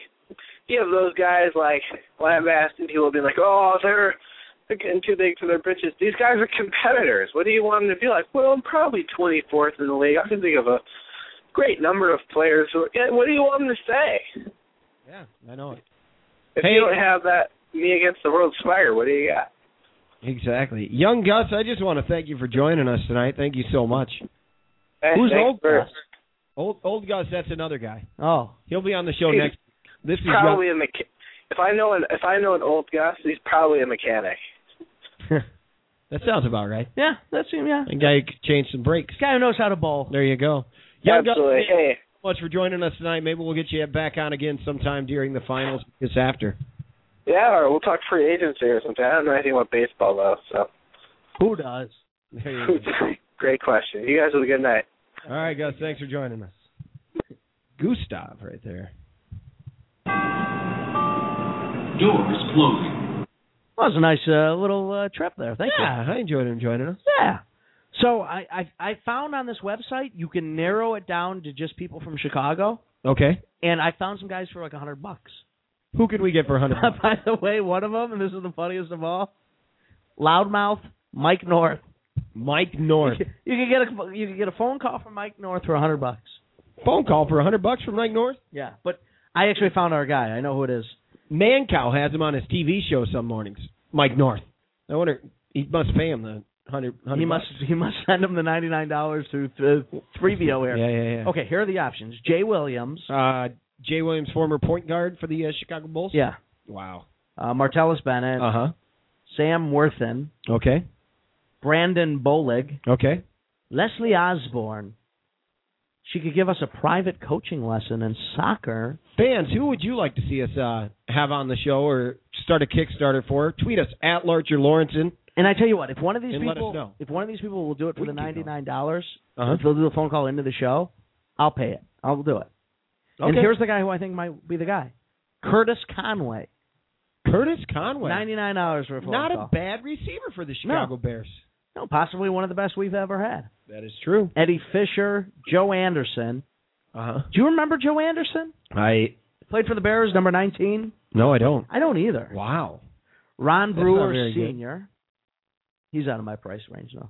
Speaker 9: you have those guys like when I'm asked and people will be like, Oh, they're they're getting too big for their britches. These guys are competitors. What do you want them to be like? Well, I'm probably twenty fourth in the league. I can think of a great number of players who yeah, what do you want them to say?
Speaker 2: Yeah, I know it
Speaker 9: If
Speaker 2: Hey.
Speaker 9: you don't have that me against the world swagger, what do you got?
Speaker 2: exactly. Young Gus, I just want to thank you for joining us tonight. Thank you so much.
Speaker 9: Hey,
Speaker 3: Who's
Speaker 9: thanks
Speaker 3: old
Speaker 9: for-
Speaker 3: Gus?
Speaker 2: Old old Gus, that's another guy.
Speaker 3: Oh,
Speaker 2: He'll be on the show
Speaker 9: He's
Speaker 2: next. This is young-
Speaker 9: Probably a mechanic. If I know an if I know an old Gus, he's probably a mechanic.
Speaker 2: (laughs) that sounds about right.
Speaker 3: yeah. That's him. Yeah.
Speaker 2: A guy who could change some brakes.
Speaker 3: Guy who knows how to bowl.
Speaker 2: There you go. Young Gus,
Speaker 9: Absolutely. Hey,
Speaker 2: much for joining us tonight. Maybe we'll get you back on again sometime during the finals this after.
Speaker 9: yeah, or we'll talk free agency or something. I don't know anything about baseball though, so
Speaker 3: Who does?
Speaker 2: There you go.
Speaker 9: (laughs) great question. You guys have a good night.
Speaker 2: All right, Gus, thanks for joining us. Gustav right there.
Speaker 6: Doors closing.
Speaker 3: Well, that was a nice uh, little uh, trip there. Thank you.
Speaker 2: yeah, I enjoyed him joining us.
Speaker 3: Yeah. So I, I I found on this website you can narrow it down to just people from Chicago,
Speaker 2: Okay.
Speaker 3: and I found some guys for like a hundred bucks.
Speaker 2: Who could we get for 100
Speaker 3: (laughs)
Speaker 2: bucks?
Speaker 3: By the way, one of them, and this is the funniest of all, loudmouth Mike North.
Speaker 2: Mike North.
Speaker 3: You can get a you can get a phone call from Mike North for a hundred bucks.
Speaker 2: Phone call for 100 bucks from Mike North?
Speaker 3: Yeah, but I actually found our guy. I know who it is.
Speaker 2: Mancow has him on his TV show some mornings. Mike North. I wonder, he must pay him the 100, 100
Speaker 3: He must
Speaker 2: bucks.
Speaker 3: he must send him the ninety nine dollars through uh, three VO
Speaker 2: Yeah,
Speaker 3: here.
Speaker 2: yeah, yeah.
Speaker 3: Okay, here are the options: Jay Williams.
Speaker 2: Uh, Jay Williams, former point guard for the uh, Chicago Bulls?
Speaker 3: Yeah,
Speaker 2: Wow.
Speaker 3: uh, Martellus Bennett,
Speaker 2: Uh
Speaker 3: Sam Worthen,
Speaker 2: huh. Okay.
Speaker 3: Brandon Bolig,
Speaker 2: Okay.
Speaker 3: Leslie Osborne. She could give us a private coaching lesson in soccer.
Speaker 2: Fans, who would you like to see us uh, have on the show or start a Kickstarter for? Tweet us at Larcher Lawrenson.
Speaker 3: And I tell you what, if one of these
Speaker 2: And let
Speaker 3: people,
Speaker 2: us know.
Speaker 3: if one of these people will do it for
Speaker 2: We
Speaker 3: the
Speaker 2: can
Speaker 3: ninety
Speaker 2: keep
Speaker 3: nine dollars,
Speaker 2: Uh-huh.
Speaker 3: if they'll do a phone call into the show, I'll pay it. I'll do it. And
Speaker 2: Okay.
Speaker 3: here's the guy who I think might be the guy, Curtis Conway.
Speaker 2: Curtis Conway.
Speaker 3: Ninety nine dollars for a phone
Speaker 2: Not
Speaker 3: call.
Speaker 2: a bad receiver for the Chicago Bears.
Speaker 3: no, possibly one of the best we've ever had.
Speaker 2: That is true.
Speaker 3: Eddie Fisher, Joe Anderson.
Speaker 2: Uh huh.
Speaker 3: Do you remember Joe Anderson?
Speaker 2: I
Speaker 3: Played for the Bears, number nineteen.
Speaker 2: no, I don't.
Speaker 3: I don't either.
Speaker 2: Wow.
Speaker 3: Ron
Speaker 2: That's not
Speaker 3: Brewer
Speaker 2: very good.
Speaker 3: Senior. He's out of my price range now.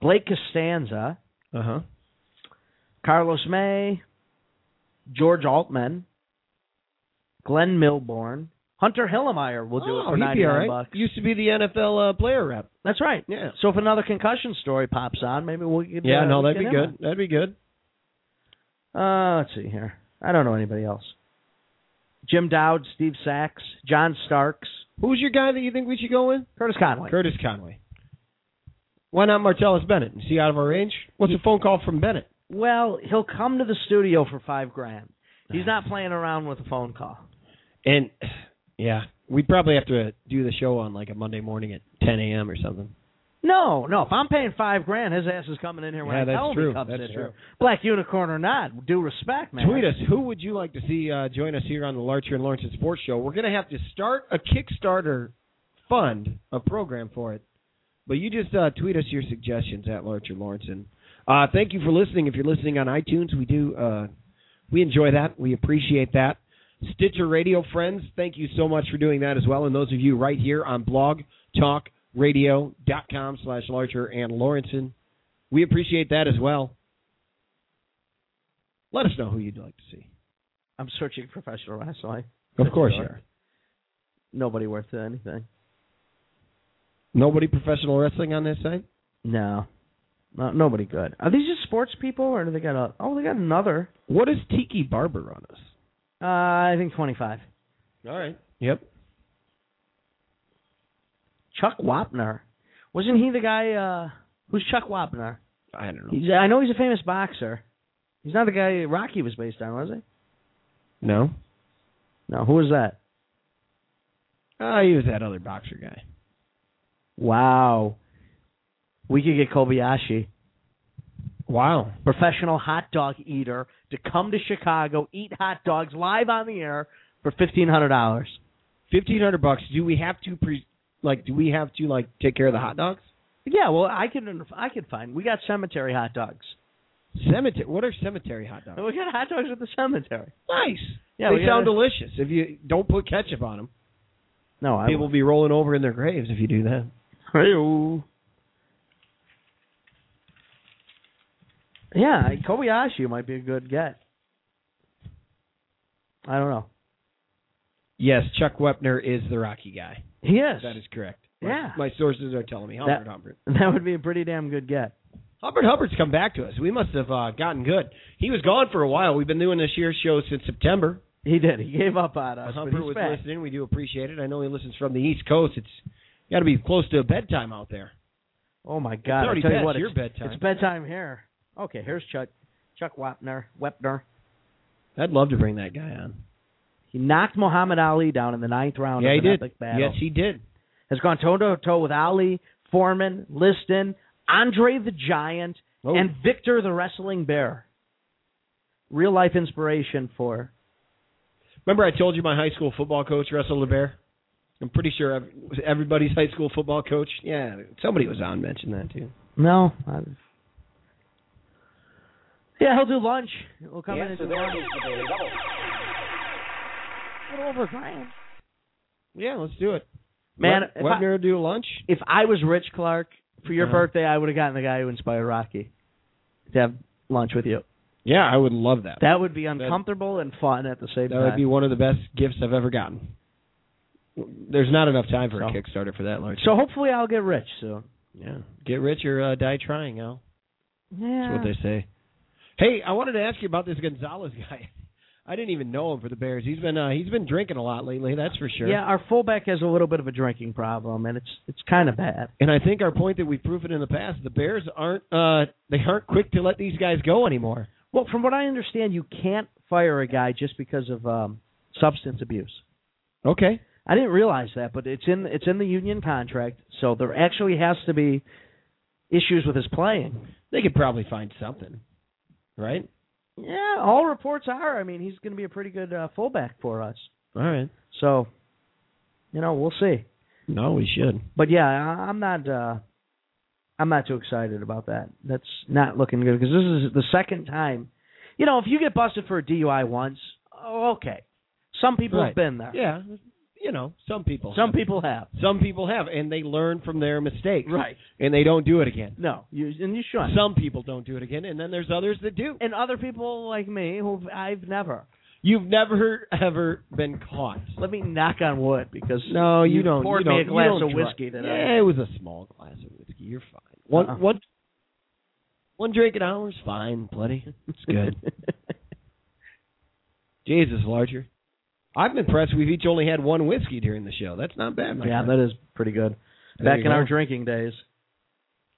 Speaker 3: Blake Costanza,
Speaker 2: Uh huh.
Speaker 3: Carlos May, George Altman, Glenn Milborn, Hunter Hillemeyer will do it
Speaker 2: oh,
Speaker 3: for
Speaker 2: he'd
Speaker 3: ninety
Speaker 2: be
Speaker 3: nine
Speaker 2: all right.
Speaker 3: bucks.
Speaker 2: Used to be the NFL uh, player rep.
Speaker 3: That's right.
Speaker 2: Yeah.
Speaker 3: So if another concussion story pops on, maybe we'll get
Speaker 2: Yeah,
Speaker 3: uh,
Speaker 2: no,
Speaker 3: we'll
Speaker 2: that'd be
Speaker 3: get him
Speaker 2: good. That'd be good.
Speaker 3: on. Uh, let's see here. I don't know anybody else. Jim Dowd, Steve Sachs, John Starks,
Speaker 2: Who's your guy that you think we should go with?
Speaker 3: Curtis Conway.
Speaker 2: Curtis Conway. Why not Martellus Bennett? Is he out of our range? What's a phone call from Bennett?
Speaker 3: Well, he'll come to the studio for five grand. He's not playing around with a phone call.
Speaker 2: And yeah, we'd probably have to do the show on like a Monday morning at 10 a.m. or something.
Speaker 3: No, no. If I'm paying five grand, his ass is coming in here when
Speaker 2: Yeah,
Speaker 3: I
Speaker 2: that's
Speaker 3: tell him
Speaker 2: true.
Speaker 3: he comes
Speaker 2: That's
Speaker 3: in
Speaker 2: true.
Speaker 3: here. Black unicorn or not, due respect, man.
Speaker 2: Tweet us. Who would you like to see uh, join us here on the Larcher and Lawrence Sports Show? We're going to have to start a Kickstarter fund, a program for it. But you just uh, tweet us your suggestions at Larcher Lawrence. And uh, thank you for listening. If you're listening on iTunes, we do uh, we enjoy that. We appreciate that. Stitcher Radio friends, thank you so much for doing that as well. And those of you right here on blogtalkradio.com slash Larcher and Lawrenson, we appreciate that as well. Let us know who you'd like to see.
Speaker 3: I'm searching professional wrestling.
Speaker 2: Of course
Speaker 3: Sure.
Speaker 2: you are.
Speaker 3: Nobody worth anything.
Speaker 2: Nobody professional wrestling on this site?
Speaker 3: No. Not, nobody good. Are these just sports people, or do they got a? Oh, they got another.
Speaker 2: What does Tiki Barber on us?
Speaker 3: Uh, I think twenty-five.
Speaker 2: All right. Yep.
Speaker 3: Chuck Wapner, wasn't he the guy? Uh, who's Chuck Wapner?
Speaker 2: I don't know.
Speaker 3: He's, I know he's a famous boxer. He's not the guy Rocky was based on, was he?
Speaker 2: No?
Speaker 3: No. Who was that?
Speaker 2: Oh, he was that other boxer guy.
Speaker 3: Wow. We could get Kobayashi,
Speaker 2: Wow.
Speaker 3: professional hot dog eater, to come to Chicago, eat hot dogs live on the air for fifteen hundred dollars.
Speaker 2: Fifteen hundred bucks. Do we have to pre like do we have to like take care of the hot dogs?
Speaker 3: Yeah, well, I can I can find. We got cemetery hot dogs.
Speaker 2: Cemetery what are cemetery hot dogs?
Speaker 3: We got hot dogs at the cemetery.
Speaker 2: Nice.
Speaker 3: Yeah,
Speaker 2: they
Speaker 3: we
Speaker 2: sound
Speaker 3: gotta-
Speaker 2: delicious. If you don't put ketchup on them,
Speaker 3: No, I
Speaker 2: people will be oh. rolling over in their graves if you do that.
Speaker 3: Hey-o. Yeah, Kobayashi might be a good get. I don't know.
Speaker 2: Yes, Chuck Wepner is the Rocky guy.
Speaker 3: He is.
Speaker 2: That is correct. My,
Speaker 3: Yeah.
Speaker 2: my sources are telling me Humbert Humbert.
Speaker 3: (laughs) That would be a pretty damn good get.
Speaker 2: Humbert Humbert's come back to us. We must have uh, gotten good. He was gone for a while. We've been doing this year's show since September.
Speaker 3: He did. He gave up on us. But
Speaker 2: Humbert
Speaker 3: he's
Speaker 2: was
Speaker 3: back.
Speaker 2: listening. We do appreciate it. I know he listens from the East Coast. It's got to be close to bedtime out there.
Speaker 3: Oh my God!
Speaker 2: already
Speaker 3: I tell
Speaker 2: past
Speaker 3: you what,
Speaker 2: your
Speaker 3: it's,
Speaker 2: bedtime.
Speaker 3: It's bedtime here. Okay, here's Chuck. Chuck Wapner. Wepner.
Speaker 2: I'd love to bring that guy on.
Speaker 3: He knocked Muhammad Ali down in the ninth round.
Speaker 2: yeah,
Speaker 3: of
Speaker 2: he
Speaker 3: an
Speaker 2: did.
Speaker 3: Epic battle.
Speaker 2: Yes, he did.
Speaker 3: has gone toe to toe with Ali, Foreman, Liston, Andre the Giant,
Speaker 2: Oh.
Speaker 3: and Victor the Wrestling Bear. Real life inspiration for.
Speaker 2: Remember, I told you my high school football coach wrestled a bear. I'm pretty sure ev- everybody's high school football coach. Yeah, somebody was on mentioned that too.
Speaker 3: No. I- Yeah, he'll do lunch. We'll come in and do lunch.
Speaker 2: Yeah, let's do it.
Speaker 3: Man,
Speaker 2: Wep-
Speaker 3: if I-
Speaker 2: Wepner will do lunch.
Speaker 3: If I was Rich Clark for your
Speaker 2: Uh-huh.
Speaker 3: birthday, I would have gotten the guy who inspired Rocky to have lunch with you.
Speaker 2: Yeah, I would love that.
Speaker 3: That would be uncomfortable and fun at the same
Speaker 2: That
Speaker 3: time.
Speaker 2: would be one of the best gifts I've ever gotten. There's not enough time for a
Speaker 3: So-
Speaker 2: Kickstarter for that, large.
Speaker 3: so hopefully I'll get rich soon.
Speaker 2: yeah, get rich or uh, die trying, Al. That's
Speaker 3: Yeah.
Speaker 2: what they say. Hey, I wanted to ask you about this Gonzalez (laughs) guy. I didn't even know him for the Bears. He's been uh, he's been drinking a lot lately. That's for sure.
Speaker 3: Yeah, our fullback has a little bit of a drinking problem, and it's it's kind of bad.
Speaker 2: And I think our point that we've proven in the past, the Bears aren't uh, they aren't quick to let these guys go anymore.
Speaker 3: Well, from what I understand, you can't fire a guy just because of um, substance abuse.
Speaker 2: Okay.
Speaker 3: I didn't realize that, but it's in it's in the union contract, so there actually has to be issues with his playing.
Speaker 2: They could probably find something, right?
Speaker 3: Yeah, all reports are. I mean, he's going to be a pretty good uh, fullback for us.
Speaker 2: All right.
Speaker 3: So, you know, we'll see.
Speaker 2: No, we should.
Speaker 3: But yeah, I- I'm not. Uh, I'm not too excited about that. That's not looking good because this is the second time. You know, if you get busted for a DUI once, oh, okay. Some people
Speaker 2: Right.
Speaker 3: have been there.
Speaker 2: Yeah, you know, some people.
Speaker 3: Some people have.
Speaker 2: Some people have, and they learn from their mistakes,
Speaker 3: Right.
Speaker 2: And they don't do it again.
Speaker 3: No, you and you shouldn't.
Speaker 2: Some people don't do it again, and then there's others that do.
Speaker 3: and other people like me who I've never.
Speaker 2: You've never ever been caught.
Speaker 3: Let me knock on wood because
Speaker 2: No, you,
Speaker 3: you
Speaker 2: don't.
Speaker 3: poured
Speaker 2: you don't,
Speaker 3: me a glass
Speaker 2: you don't
Speaker 3: of
Speaker 2: drink.
Speaker 3: whiskey that I-
Speaker 2: Yeah, it was a small glass of whiskey. You're fine. One
Speaker 3: Uh-uh.
Speaker 2: one one drink an hour is fine, plenty. It's good.
Speaker 3: (laughs)
Speaker 2: Jesus, larger. I'm impressed. We've each only had one whiskey during the show. That's not bad. my
Speaker 3: yeah,
Speaker 2: friend.
Speaker 3: that is pretty good.
Speaker 2: There
Speaker 3: Back
Speaker 2: you
Speaker 3: in our
Speaker 2: go.
Speaker 3: drinking days.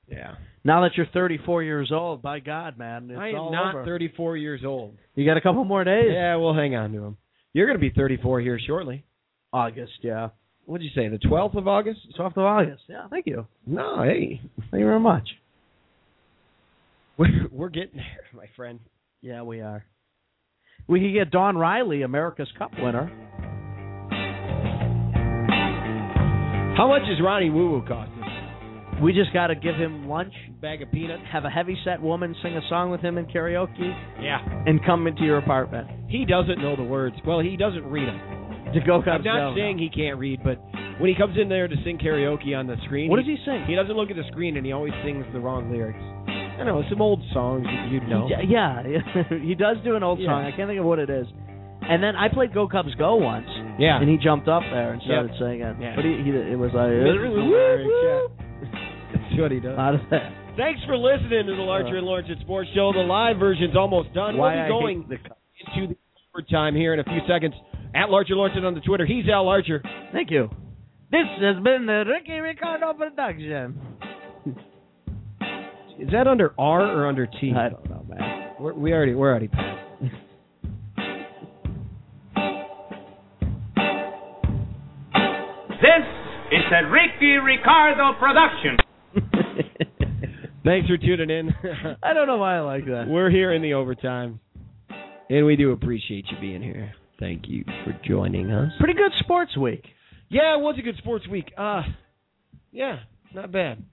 Speaker 2: yeah.
Speaker 3: Now that you're 34 years old, by God, man, it's
Speaker 2: I am
Speaker 3: all
Speaker 2: not
Speaker 3: over.
Speaker 2: 34 years old.
Speaker 3: You got a couple more days.
Speaker 2: Yeah, we'll hang on to him. You're going to be 34 here shortly.
Speaker 3: August, yeah.
Speaker 2: What'd you say? The 12th of August?
Speaker 3: It's off to August. Yeah, thank you.
Speaker 2: No, hey,
Speaker 3: Thank you very much.
Speaker 2: (laughs) we're we're getting there, my friend.
Speaker 3: Yeah, we are. We could get Don Riley, America's Cup winner.
Speaker 2: How much is Ronnie Woo Woo costing?
Speaker 3: We just got to give him lunch,
Speaker 2: Bag of peanuts.
Speaker 3: have a heavy set woman sing a song with him in karaoke,
Speaker 2: Yeah.
Speaker 3: and come into your apartment.
Speaker 2: He doesn't know the words. Well, he doesn't read them.
Speaker 3: The Go
Speaker 2: I'm
Speaker 3: Cubs
Speaker 2: not
Speaker 3: go.
Speaker 2: saying he can't read, but when he comes in there to sing karaoke on the screen,
Speaker 3: What does he sing?
Speaker 2: He doesn't look at the screen, and he always sings the wrong lyrics. I know some old songs that you'd know.
Speaker 3: He d- yeah, (laughs) he does do an old
Speaker 2: Yeah.
Speaker 3: song. I can't think of what it is. And then I played Go Cubs Go once,
Speaker 2: Yeah.
Speaker 3: and he jumped up there and started
Speaker 2: Yep.
Speaker 3: saying it.
Speaker 2: Yeah.
Speaker 3: But he, he it was like
Speaker 2: Literally
Speaker 3: "Woo,
Speaker 2: lyrics,
Speaker 3: woo."
Speaker 2: (laughs) That's what he does.
Speaker 3: Out of that.
Speaker 2: Thanks for listening to the Larcher and Lawrence at Sports Show. The live version's almost done.
Speaker 3: Why
Speaker 2: we'll
Speaker 3: I
Speaker 2: be going
Speaker 3: hate the Cubs.
Speaker 2: into the overtime here in a few seconds. At Larcher Lawrence on the Twitter. He's Al Larcher.
Speaker 3: Thank you. This has been the Ricky Ricardo production.
Speaker 2: Is that under R or under T?
Speaker 3: I don't know, man.
Speaker 2: We're, we already we're already past.
Speaker 6: This is a Ricky Ricardo production.
Speaker 3: (laughs)
Speaker 2: Thanks for tuning (laughs) in.
Speaker 3: I don't know why I like that.
Speaker 2: we're here in the overtime, and we do appreciate you being here. Thank you for joining us.
Speaker 3: Pretty good sports week.
Speaker 2: Yeah, it was a good sports week. Uh yeah, not bad.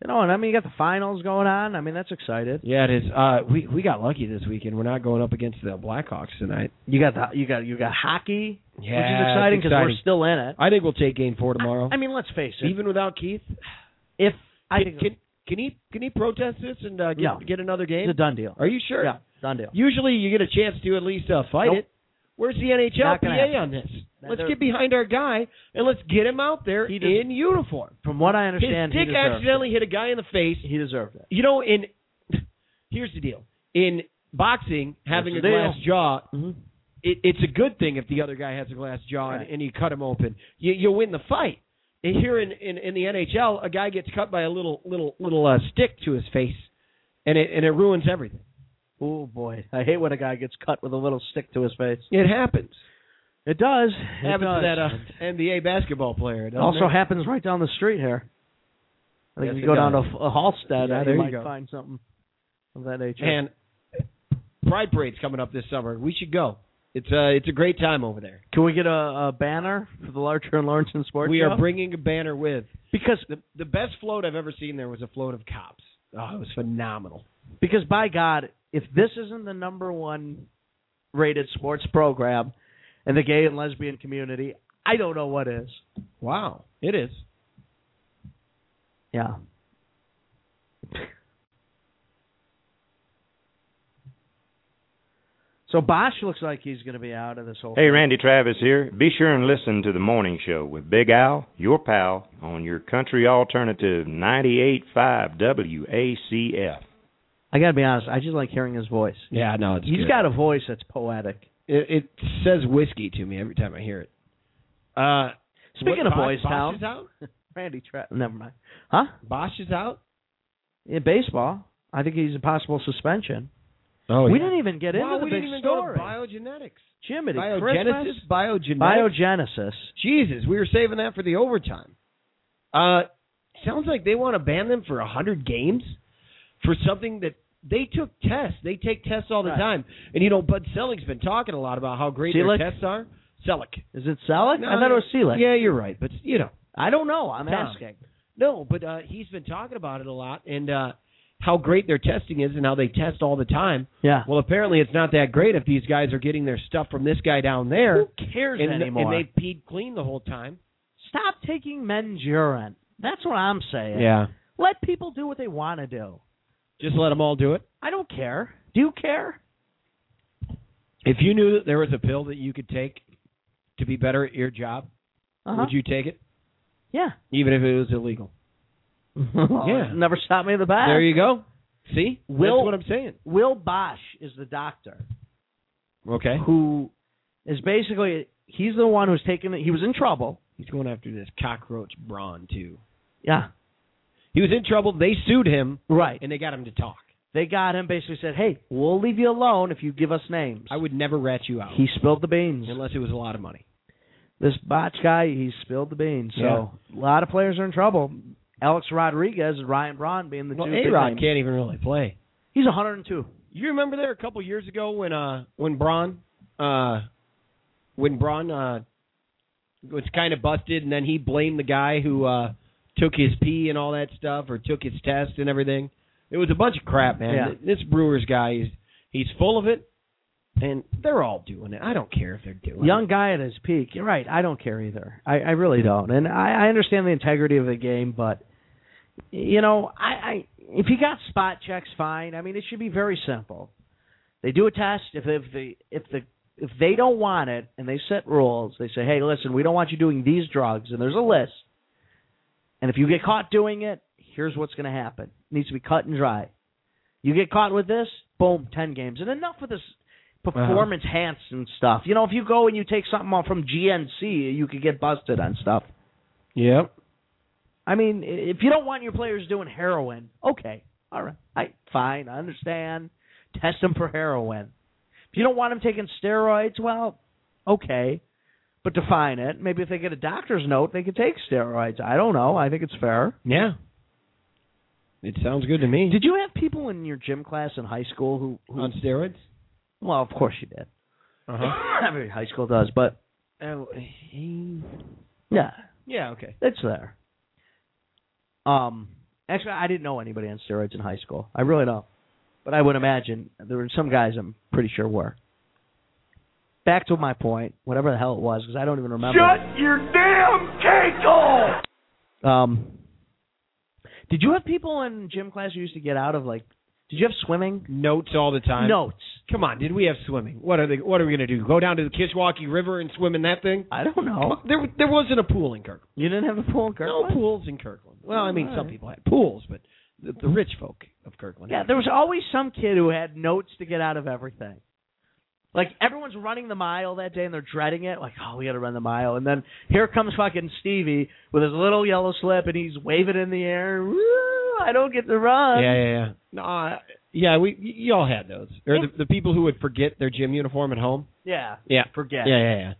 Speaker 3: You know, and I mean, you got the finals going on. I mean, that's excited.
Speaker 2: Yeah, it is. Uh, we we got lucky this weekend. We're not going up against the Blackhawks tonight.
Speaker 3: You got the you got you got hockey,
Speaker 2: Yeah,
Speaker 3: which is
Speaker 2: it's
Speaker 3: exciting because we're
Speaker 2: exciting.
Speaker 3: still in it.
Speaker 2: I think we'll take game four tomorrow.
Speaker 3: I, I mean, let's face it.
Speaker 2: even without Keith,
Speaker 3: if I
Speaker 2: can,
Speaker 3: think
Speaker 2: can can he can he protest this and uh, get
Speaker 3: No.
Speaker 2: get another
Speaker 3: it's
Speaker 2: game?
Speaker 3: a done deal.
Speaker 2: Are you sure?
Speaker 3: Yeah, done deal.
Speaker 2: Usually, you get a chance to at least uh, fight
Speaker 3: Nope.
Speaker 2: it. Where's the
Speaker 3: Not gonna
Speaker 2: NHLPA
Speaker 3: happen.
Speaker 2: on this?
Speaker 3: Now
Speaker 2: Let's
Speaker 3: they're-
Speaker 2: get behind our guy and let's get him out there
Speaker 3: He does-
Speaker 2: in uniform.
Speaker 3: From what I
Speaker 2: His
Speaker 3: understand, he
Speaker 2: dick
Speaker 3: deserved
Speaker 2: accidentally hit a guy in the face.
Speaker 3: it. He deserved it.
Speaker 2: You know, in (laughs) here's the deal: in boxing, having a
Speaker 3: Here's the
Speaker 2: glass
Speaker 3: deal.
Speaker 2: jaw,
Speaker 3: Mhm.
Speaker 2: it, it's a good thing if the other guy has a glass jaw
Speaker 3: Right.
Speaker 2: and, and you cut him open. You, you win the fight. And here in, in, in the NHL, a guy gets cut by a little little little uh, stick to his face, and it and it ruins everything.
Speaker 3: Oh boy, I hate when a guy gets cut with a little stick to his face.
Speaker 2: It happens.
Speaker 3: It does. It
Speaker 2: happens
Speaker 3: does.
Speaker 2: to that uh, NBA basketball player. doesn't
Speaker 3: also
Speaker 2: it?
Speaker 3: happens right down the street here. I think
Speaker 2: Yes,
Speaker 3: if
Speaker 2: it
Speaker 3: you go down to
Speaker 2: does.
Speaker 3: F- uh, Halstead,
Speaker 2: Yeah, there
Speaker 3: uh,
Speaker 2: you
Speaker 3: you might
Speaker 2: go.
Speaker 3: find something of that nature.
Speaker 2: and Pride Parade's coming up this summer. We should go. It's a it's a great time over there.
Speaker 3: Can we get a, a banner for the Larcher and Lawrence and Sports?
Speaker 2: we are
Speaker 3: Show?
Speaker 2: bringing a banner with
Speaker 3: because
Speaker 2: the the best float I've ever seen. There was a float of cops. Oh, it was phenomenal.
Speaker 3: because by God, if this isn't the number one rated sports program in the gay and lesbian community, I don't know what is.
Speaker 2: Wow, it is.
Speaker 3: Yeah. So Bosch looks like he's going to be out of this whole.
Speaker 11: Hey, Randy Travis here. Be sure and listen to The Morning Show with Big Al, your pal, on your country alternative 98.5 WACF.
Speaker 3: I got to be honest. I just like hearing his voice.
Speaker 2: Yeah, no, it's
Speaker 3: He's
Speaker 2: good.
Speaker 3: got a voice that's poetic.
Speaker 2: it, it says whiskey to me every time I hear it. Uh, what,
Speaker 3: Speaking of
Speaker 2: Bosch-
Speaker 3: Boys
Speaker 2: Bosch
Speaker 3: Town,
Speaker 2: is out.
Speaker 3: Randy Travis. Never mind. Huh?
Speaker 2: Bosch is out.
Speaker 3: In baseball, I think he's a possible suspension.
Speaker 2: Oh,
Speaker 3: we didn't even get
Speaker 2: Wow,
Speaker 3: into
Speaker 2: we
Speaker 3: the big
Speaker 2: didn't even
Speaker 3: story.
Speaker 2: go to biogenetics.
Speaker 3: Jiminy
Speaker 2: Biogenesis,
Speaker 3: Christmas.
Speaker 2: biogenetics.
Speaker 3: Biogenesis.
Speaker 2: Jesus, we were saving that for the overtime. Uh, sounds like they want to ban them for a hundred games for something that they took tests. They take tests all the
Speaker 3: Right.
Speaker 2: time, and you know Bud Selig's been talking a lot about how great
Speaker 3: Selig?
Speaker 2: their tests are. Selig.
Speaker 3: Is it Selleck?
Speaker 2: No,
Speaker 3: I thought it was Selleck.
Speaker 2: Yeah, you're right, but you know,
Speaker 3: I don't know. I'm
Speaker 2: Tom.
Speaker 3: asking.
Speaker 2: no, but uh, he's been talking about it a lot and uh, how great their testing is and how they test all the time.
Speaker 3: Yeah.
Speaker 2: Well, apparently it's not that great if these guys are getting their stuff from this guy down there,
Speaker 3: Who cares
Speaker 2: and, and
Speaker 3: anymore?
Speaker 2: they peed clean the whole time.
Speaker 3: Stop taking men's urine. That's what I'm saying. Let people do what they want to do.
Speaker 2: Just let them all do it.
Speaker 3: I don't care. Do you care?
Speaker 2: If you knew that there was a pill that you could take to be better at your job,
Speaker 3: Uh-huh.
Speaker 2: would you take it, (laughs)
Speaker 3: Yeah. Oh,
Speaker 2: even if it was illegal? Yeah.
Speaker 3: Never stop me in the back.
Speaker 2: there you go. See,
Speaker 3: Uh-huh. Will-
Speaker 2: that's what I'm saying.
Speaker 3: Will Bosch is the doctor
Speaker 2: Okay,
Speaker 3: who is basically he's the one who's taking it. He was in trouble.
Speaker 2: he's going after this cockroach Braun too.
Speaker 3: Yeah.
Speaker 2: He was in trouble. They sued him,
Speaker 3: Right.
Speaker 2: and they got him to talk.
Speaker 3: They got him. Basically said, "Hey, we'll leave you alone if you give us names."
Speaker 2: I would never rat you out
Speaker 3: he spilled the beans.
Speaker 2: unless it was a lot of money.
Speaker 3: this botch guy, he spilled the beans. So a lot of players are in trouble. Alex Rodriguez and Ryan Braun being the
Speaker 2: Well,
Speaker 3: two.
Speaker 2: A
Speaker 3: big
Speaker 2: Rod
Speaker 3: names.
Speaker 2: can't even really play.
Speaker 3: He's 102.
Speaker 2: You remember there a couple years ago when uh when Braun uh when Braun uh was kind of busted and then he blamed the guy who uh took his pee and all that stuff, or took his test and everything. It was a bunch of crap, man.
Speaker 3: Yeah.
Speaker 2: This Brewers guy, he's, he's full of it, and they're all doing it. I don't care if they're doing
Speaker 3: Young
Speaker 2: it.
Speaker 3: guy at his peak. You're right. I don't care either. I, I really don't. And I, I understand the integrity of the game, but you know, I, I if you got spot checks, fine. I mean, it should be very simple. They do a test. If if the if the if they don't want it and they set rules, they say, hey, listen, we don't want you doing these drugs, and there's a list. And if you get caught doing it, here's what's going to happen. It needs to be cut and dry. You get caught with this, boom, ten games, and enough with this performance enhanced and stuff. You know, if you go and you take something off from GNC, you could get busted on stuff.
Speaker 2: Yep.
Speaker 3: I mean, i- if you don't want your players doing heroin, okay, all right, I fine, I understand. Test them for heroin. If you don't want them taking steroids, well, okay, but define it. Maybe if they get a doctor's note, they could take steroids. I don't know. I think it's fair.
Speaker 2: Yeah. It sounds good to me.
Speaker 3: Did you have people in your gym class in high school who, who
Speaker 2: on steroids?
Speaker 3: well, of course you did. (coughs)
Speaker 2: Uh-huh.
Speaker 3: Every high school does, but
Speaker 2: Oh, he-
Speaker 3: yeah,
Speaker 2: yeah, okay.
Speaker 3: It's there. Um, actually, I didn't know anybody on steroids in high school. I really don't. But I would imagine there were some guys I'm pretty sure were. Back to my point, whatever the hell it was, because I don't even remember. Shut your damn cake Um, did you have people in gym class who used to get out of like? Did you have swimming
Speaker 2: Notes all the time.
Speaker 3: notes?
Speaker 2: Come on, did we have swimming? What are they? What are we gonna do? Go down to the Kishwaukee River and swim in that thing?
Speaker 3: I don't know.
Speaker 2: There, there wasn't a pool in Kirkland.
Speaker 3: You didn't have a pool in Kirkland?
Speaker 2: No pools in Kirkland. Well, I mean,
Speaker 3: All
Speaker 2: some
Speaker 3: right.
Speaker 2: people had pools, but the, the rich folk of Kirkland.
Speaker 3: Yeah,
Speaker 2: had
Speaker 3: there was always some kid who had notes to get out of everything. Like everyone's running the mile that day and they're dreading it. Like, oh, we got to run the mile, and then here comes fucking Stevie with his little yellow slip and he's waving in the air. Woo, I don't get to run.
Speaker 2: yeah, yeah, yeah. No, I- yeah, we y- y'all had those, or
Speaker 3: Yeah.
Speaker 2: the, the people who would forget their gym uniform at home.
Speaker 3: yeah,
Speaker 2: Yeah,
Speaker 3: forget.
Speaker 2: yeah, yeah, yeah.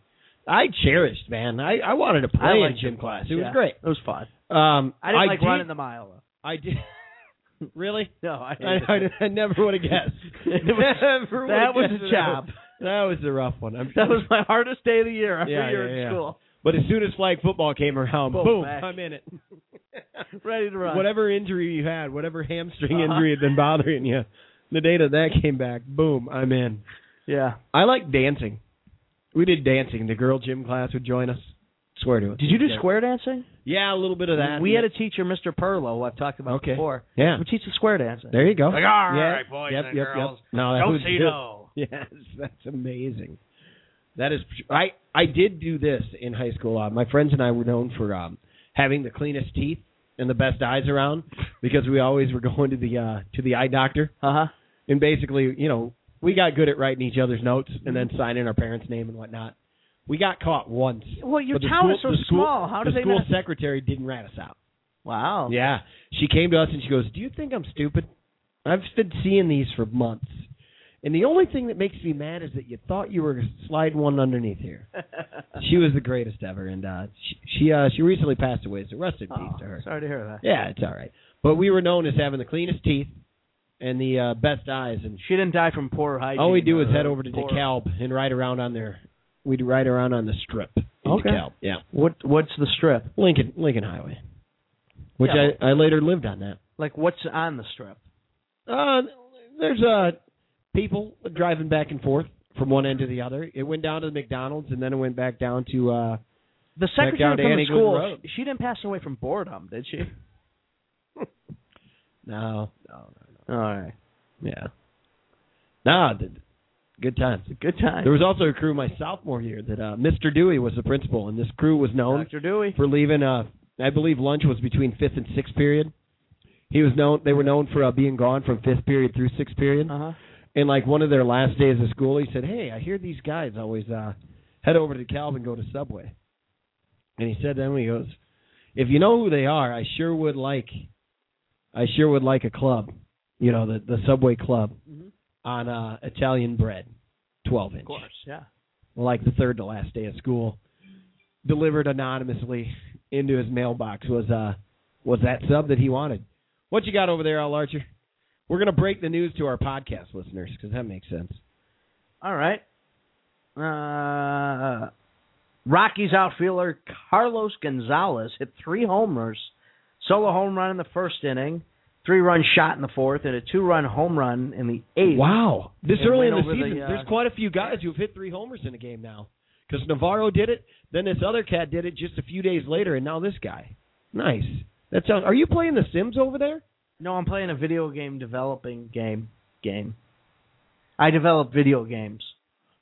Speaker 2: I cherished, man. I I wanted to play
Speaker 3: I
Speaker 2: in
Speaker 3: liked
Speaker 2: gym
Speaker 3: it.
Speaker 2: class. It
Speaker 3: Yeah,
Speaker 2: was great.
Speaker 3: It was fun.
Speaker 2: Um,
Speaker 3: I didn't like
Speaker 2: did,
Speaker 3: running the mile.
Speaker 2: I did. (laughs) really?
Speaker 3: Though. No, I.
Speaker 2: I, I, I never would have
Speaker 3: (laughs)
Speaker 2: guessed.
Speaker 3: It was-
Speaker 2: Never would've
Speaker 3: that was
Speaker 2: guessed
Speaker 3: a
Speaker 2: that
Speaker 3: job.
Speaker 2: That was a rough one. I'm
Speaker 3: (laughs) That was my hardest day of the year every
Speaker 2: Yeah,
Speaker 3: year
Speaker 2: yeah,
Speaker 3: in
Speaker 2: yeah.
Speaker 3: school.
Speaker 2: But as soon as flag football came around,
Speaker 3: Boom,
Speaker 2: boom,
Speaker 3: back.
Speaker 2: I'm in
Speaker 3: (laughs)
Speaker 2: it.
Speaker 3: Ready to run.
Speaker 2: Whatever injury you had, whatever hamstring
Speaker 3: Uh-huh.
Speaker 2: injury had been bothering you, the day that that came back, boom, I'm in.
Speaker 3: Yeah.
Speaker 2: I like dancing. We did dancing. The girl gym class would join us. Swear to it.
Speaker 3: Did you do
Speaker 2: Yeah.
Speaker 3: square dancing?
Speaker 2: Yeah, a little bit of that.
Speaker 3: We had a teacher, Mr. Perlow, who I've talked about
Speaker 2: Okay.
Speaker 3: before.
Speaker 2: yeah.
Speaker 3: Who teaches square dancing.
Speaker 2: There you go.
Speaker 12: Like, all
Speaker 2: yeah.
Speaker 12: right, boys
Speaker 2: yep,
Speaker 12: and
Speaker 2: yep,
Speaker 12: girls,
Speaker 2: Yep. No, that was good.
Speaker 12: Josito.
Speaker 2: (laughs) Yes, that's amazing. That is, I I did do this in high school. Uh, my friends and I were known for um, having the cleanest teeth and the best eyes around because we always were (laughs) going to the uh, to the eye doctor. Uh,
Speaker 3: Uh-huh.
Speaker 2: And basically, you know, we got good at writing each other's notes and then
Speaker 3: Mm-hmm.
Speaker 2: signing our parents' name and whatnot. We got caught once.
Speaker 3: Well, your
Speaker 2: But the
Speaker 3: town
Speaker 2: school-
Speaker 3: is so
Speaker 2: the school-
Speaker 3: small. How
Speaker 2: the
Speaker 3: do they
Speaker 2: school
Speaker 3: not?
Speaker 2: secretary didn't rat us out.
Speaker 3: Wow. (laughs)
Speaker 2: Yeah. She came to us and she goes, Do you think I'm stupid? I've been seeing these for months. And the only thing that makes me mad is that you thought you were going to slide one underneath here. she was the greatest ever. And uh, she she, uh, she recently passed away, so rest in peace
Speaker 3: Oh,
Speaker 2: to her.
Speaker 3: sorry to hear that.
Speaker 2: Yeah, it's all right. But we were known as having the cleanest teeth and the uh, best eyes. And
Speaker 3: She didn't die from poor hygiene.
Speaker 2: all we do is
Speaker 3: or
Speaker 2: head over to
Speaker 3: poor-
Speaker 2: DeKalb and ride around on their. We'd ride around on the strip in
Speaker 3: Okay.
Speaker 2: DeKalb. Yeah.
Speaker 3: What What's the strip?
Speaker 2: Lincoln Lincoln Highway. Which
Speaker 3: Yeah.
Speaker 2: I, I later lived on that.
Speaker 3: Like what's on the strip?
Speaker 2: Uh, there's uh people driving back and forth from one end to the other. It went down to the McDonald's and then it went back down to uh
Speaker 3: The
Speaker 2: Back
Speaker 3: secretary
Speaker 2: down to
Speaker 3: from the
Speaker 2: Annie Glynn
Speaker 3: school.
Speaker 2: Road.
Speaker 3: She, she didn't pass away from boredom, did she?
Speaker 2: no.
Speaker 3: All right.
Speaker 2: Yeah. Nah, the, good times.
Speaker 3: Good time.
Speaker 2: There was also a crew my sophomore year that uh Mr. Dewey was the principal and this crew was known
Speaker 3: Dr. Dewey.
Speaker 2: for leaving uh I believe lunch was between 5th and 6th period. He was known they were known for uh, being gone from 5th period through 6th period.
Speaker 3: Uh huh.
Speaker 2: and like one of their last days of school, he said, "Hey, I hear these guys always uh head over to Calvin and go to Subway." And he said to them, he goes, "If you know who they are, I sure would like, I sure would like a club, you know, the the Subway club
Speaker 3: Mhm.
Speaker 2: on uh Italian bread, twelve inch,
Speaker 3: Of course. Yeah.
Speaker 2: like the third to last day of school." Delivered anonymously into his mailbox was uh was that sub that he wanted. What you got over there, Al Archer? We're gonna break the news to our podcast listeners because that makes sense.
Speaker 3: All right. Uh, Rockies outfielder Carlos Gonzalez hit three homers Solo home run in the first inning, three run shot in the fourth, and a two run home run in the eighth.
Speaker 2: Wow. This
Speaker 3: And
Speaker 2: early in
Speaker 3: went
Speaker 2: the
Speaker 3: over the,
Speaker 2: season,
Speaker 3: uh,
Speaker 2: there's quite a few guys who've hit three homers in a game now. Because Navarro did it, then this other cat did it just a few days later, and now this guy. Nice. That sounds. Are you playing The Sims over there?
Speaker 3: No, I'm playing a video game developing game game. I develop video games.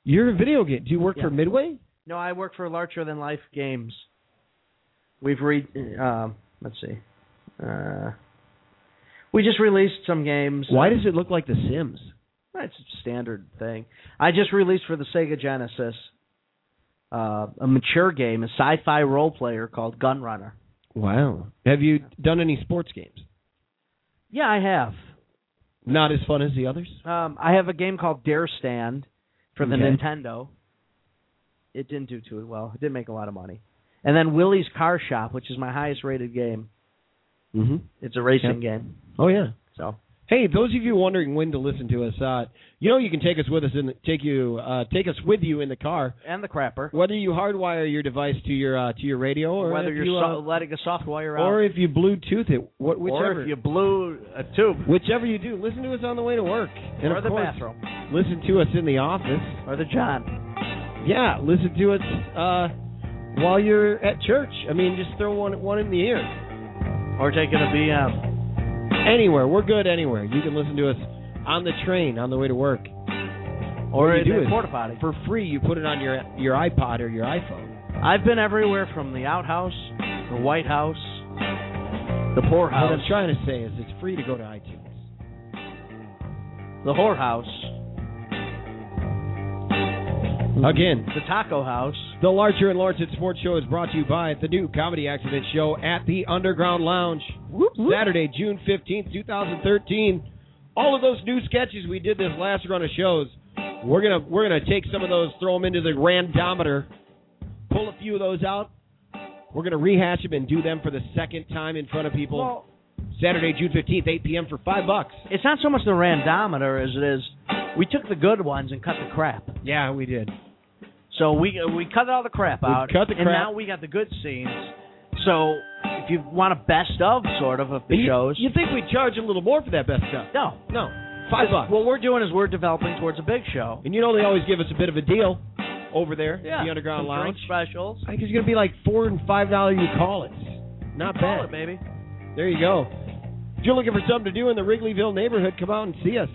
Speaker 2: You're a video game. Do you work for
Speaker 3: Yeah.
Speaker 2: Midway?
Speaker 3: No, I work for Larcher Than Life Games. We've re um let's see. Uh, we just released some games.
Speaker 2: Why does it look like The Sims?
Speaker 3: That's a standard thing. I just released for the Sega Genesis uh, a mature game, a sci-fi role player called Gun Runner.
Speaker 2: Wow. Have you done any sports games?
Speaker 3: Yeah, I have.
Speaker 2: Not as fun as the others?
Speaker 3: Um, I have a game called Dare Stand for the
Speaker 2: Okay.
Speaker 3: Nintendo. It didn't do too well. It didn't make a lot of money. And then Willie's Car Shop, which is my highest-rated game.
Speaker 2: Mm-hmm.
Speaker 3: It's a racing game.
Speaker 2: Oh, yeah.
Speaker 3: So
Speaker 2: Hey, those of you wondering when to listen to us, uh, you know you can take us with us in the, take you uh, take us with you in the car,
Speaker 3: and the crapper.
Speaker 2: whether you hardwire your device to your uh, to your radio or
Speaker 3: Whether
Speaker 2: if
Speaker 3: you're
Speaker 2: you,
Speaker 3: so-
Speaker 2: uh,
Speaker 3: letting a soft wire out,
Speaker 2: or if you Bluetooth it, what,
Speaker 3: or
Speaker 2: whichever
Speaker 3: if you blew a tube,
Speaker 2: whichever you do, listen to us on the way to work, and
Speaker 3: or
Speaker 2: of
Speaker 3: the
Speaker 2: course,
Speaker 3: bathroom,
Speaker 2: listen to us in the office.
Speaker 3: or the John.
Speaker 2: Yeah, listen to us uh, while you're at church. I mean, just throw one one in the ear.
Speaker 3: Or taking a BM.
Speaker 2: Anywhere, we're good. Anywhere you can listen to us on the train on the way to work.
Speaker 3: Or
Speaker 2: you
Speaker 3: in
Speaker 2: do
Speaker 3: the
Speaker 2: is-
Speaker 3: porta potty.
Speaker 2: for free. You put it on your your iPod or your iPhone.
Speaker 3: I've been everywhere from the outhouse, the White House, the
Speaker 2: What
Speaker 3: poorhouse,
Speaker 2: I'm trying to say is it's free to go to iTunes.
Speaker 3: the whorehouse,
Speaker 2: Again,
Speaker 3: the taco house.
Speaker 2: the Larcher and Lawrence Sports Show is brought to you by the new Comedy Accident Show at the Underground Lounge, Saturday, June fifteenth, two thousand thirteen. All of those new sketches we did this last run of shows, we're gonna we're gonna take some of those, throw them into the randometer, pull a few of those out. We're gonna rehash them and do them for the second time in front of people.
Speaker 3: Well-
Speaker 2: Saturday, June fifteenth, eight p.m. for five bucks.
Speaker 3: It's not so much the randometer as it is we took the good ones and cut the crap.
Speaker 2: Yeah, we did.
Speaker 3: So we uh, we cut all the crap
Speaker 2: We
Speaker 3: out.
Speaker 2: cut the
Speaker 3: and
Speaker 2: crap.
Speaker 3: now we got the good scenes. So if you want a best of sort of of the
Speaker 2: You-
Speaker 3: shows,
Speaker 2: You think we charge a little more for that best stuff?
Speaker 3: no.
Speaker 2: No, five bucks.
Speaker 3: What we're doing is we're developing towards a big show.
Speaker 2: and you know they always give us a bit of a deal over there, at the underground
Speaker 3: some
Speaker 2: lounge.
Speaker 3: drink specials.
Speaker 2: I think it's gonna be like four and five dollar you call it. Not
Speaker 3: Call
Speaker 2: bad.
Speaker 3: it, baby.
Speaker 2: There you go. If you're looking for something to do in the Wrigleyville neighborhood, come out and see us.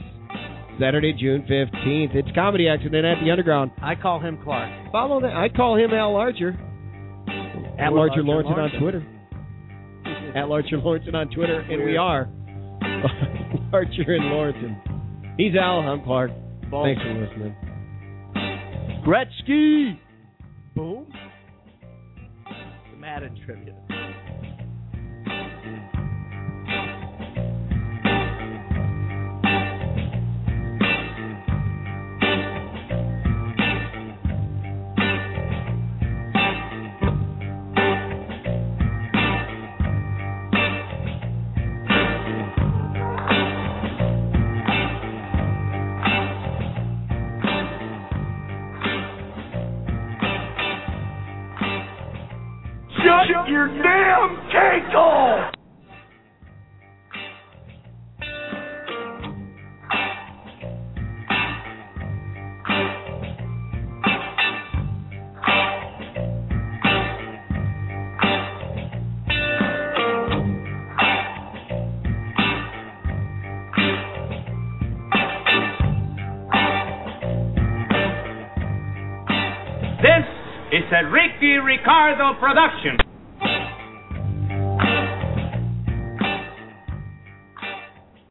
Speaker 2: Saturday, June fifteenth. It's comedy accident at the underground.
Speaker 3: I call him Clark.
Speaker 2: Follow that. I call him Al Larger. At Larger
Speaker 3: Larger
Speaker 2: Lawrence on
Speaker 3: Lawrence.
Speaker 2: Twitter. At Larcher Lawrence on Twitter, and we are (laughs) Larcher and Lawrence. He's Al. I'm Clark. Thanks for listening.
Speaker 3: Gretzky. Boom. The Madden trivia.
Speaker 13: This is a Ricky Ricardo production.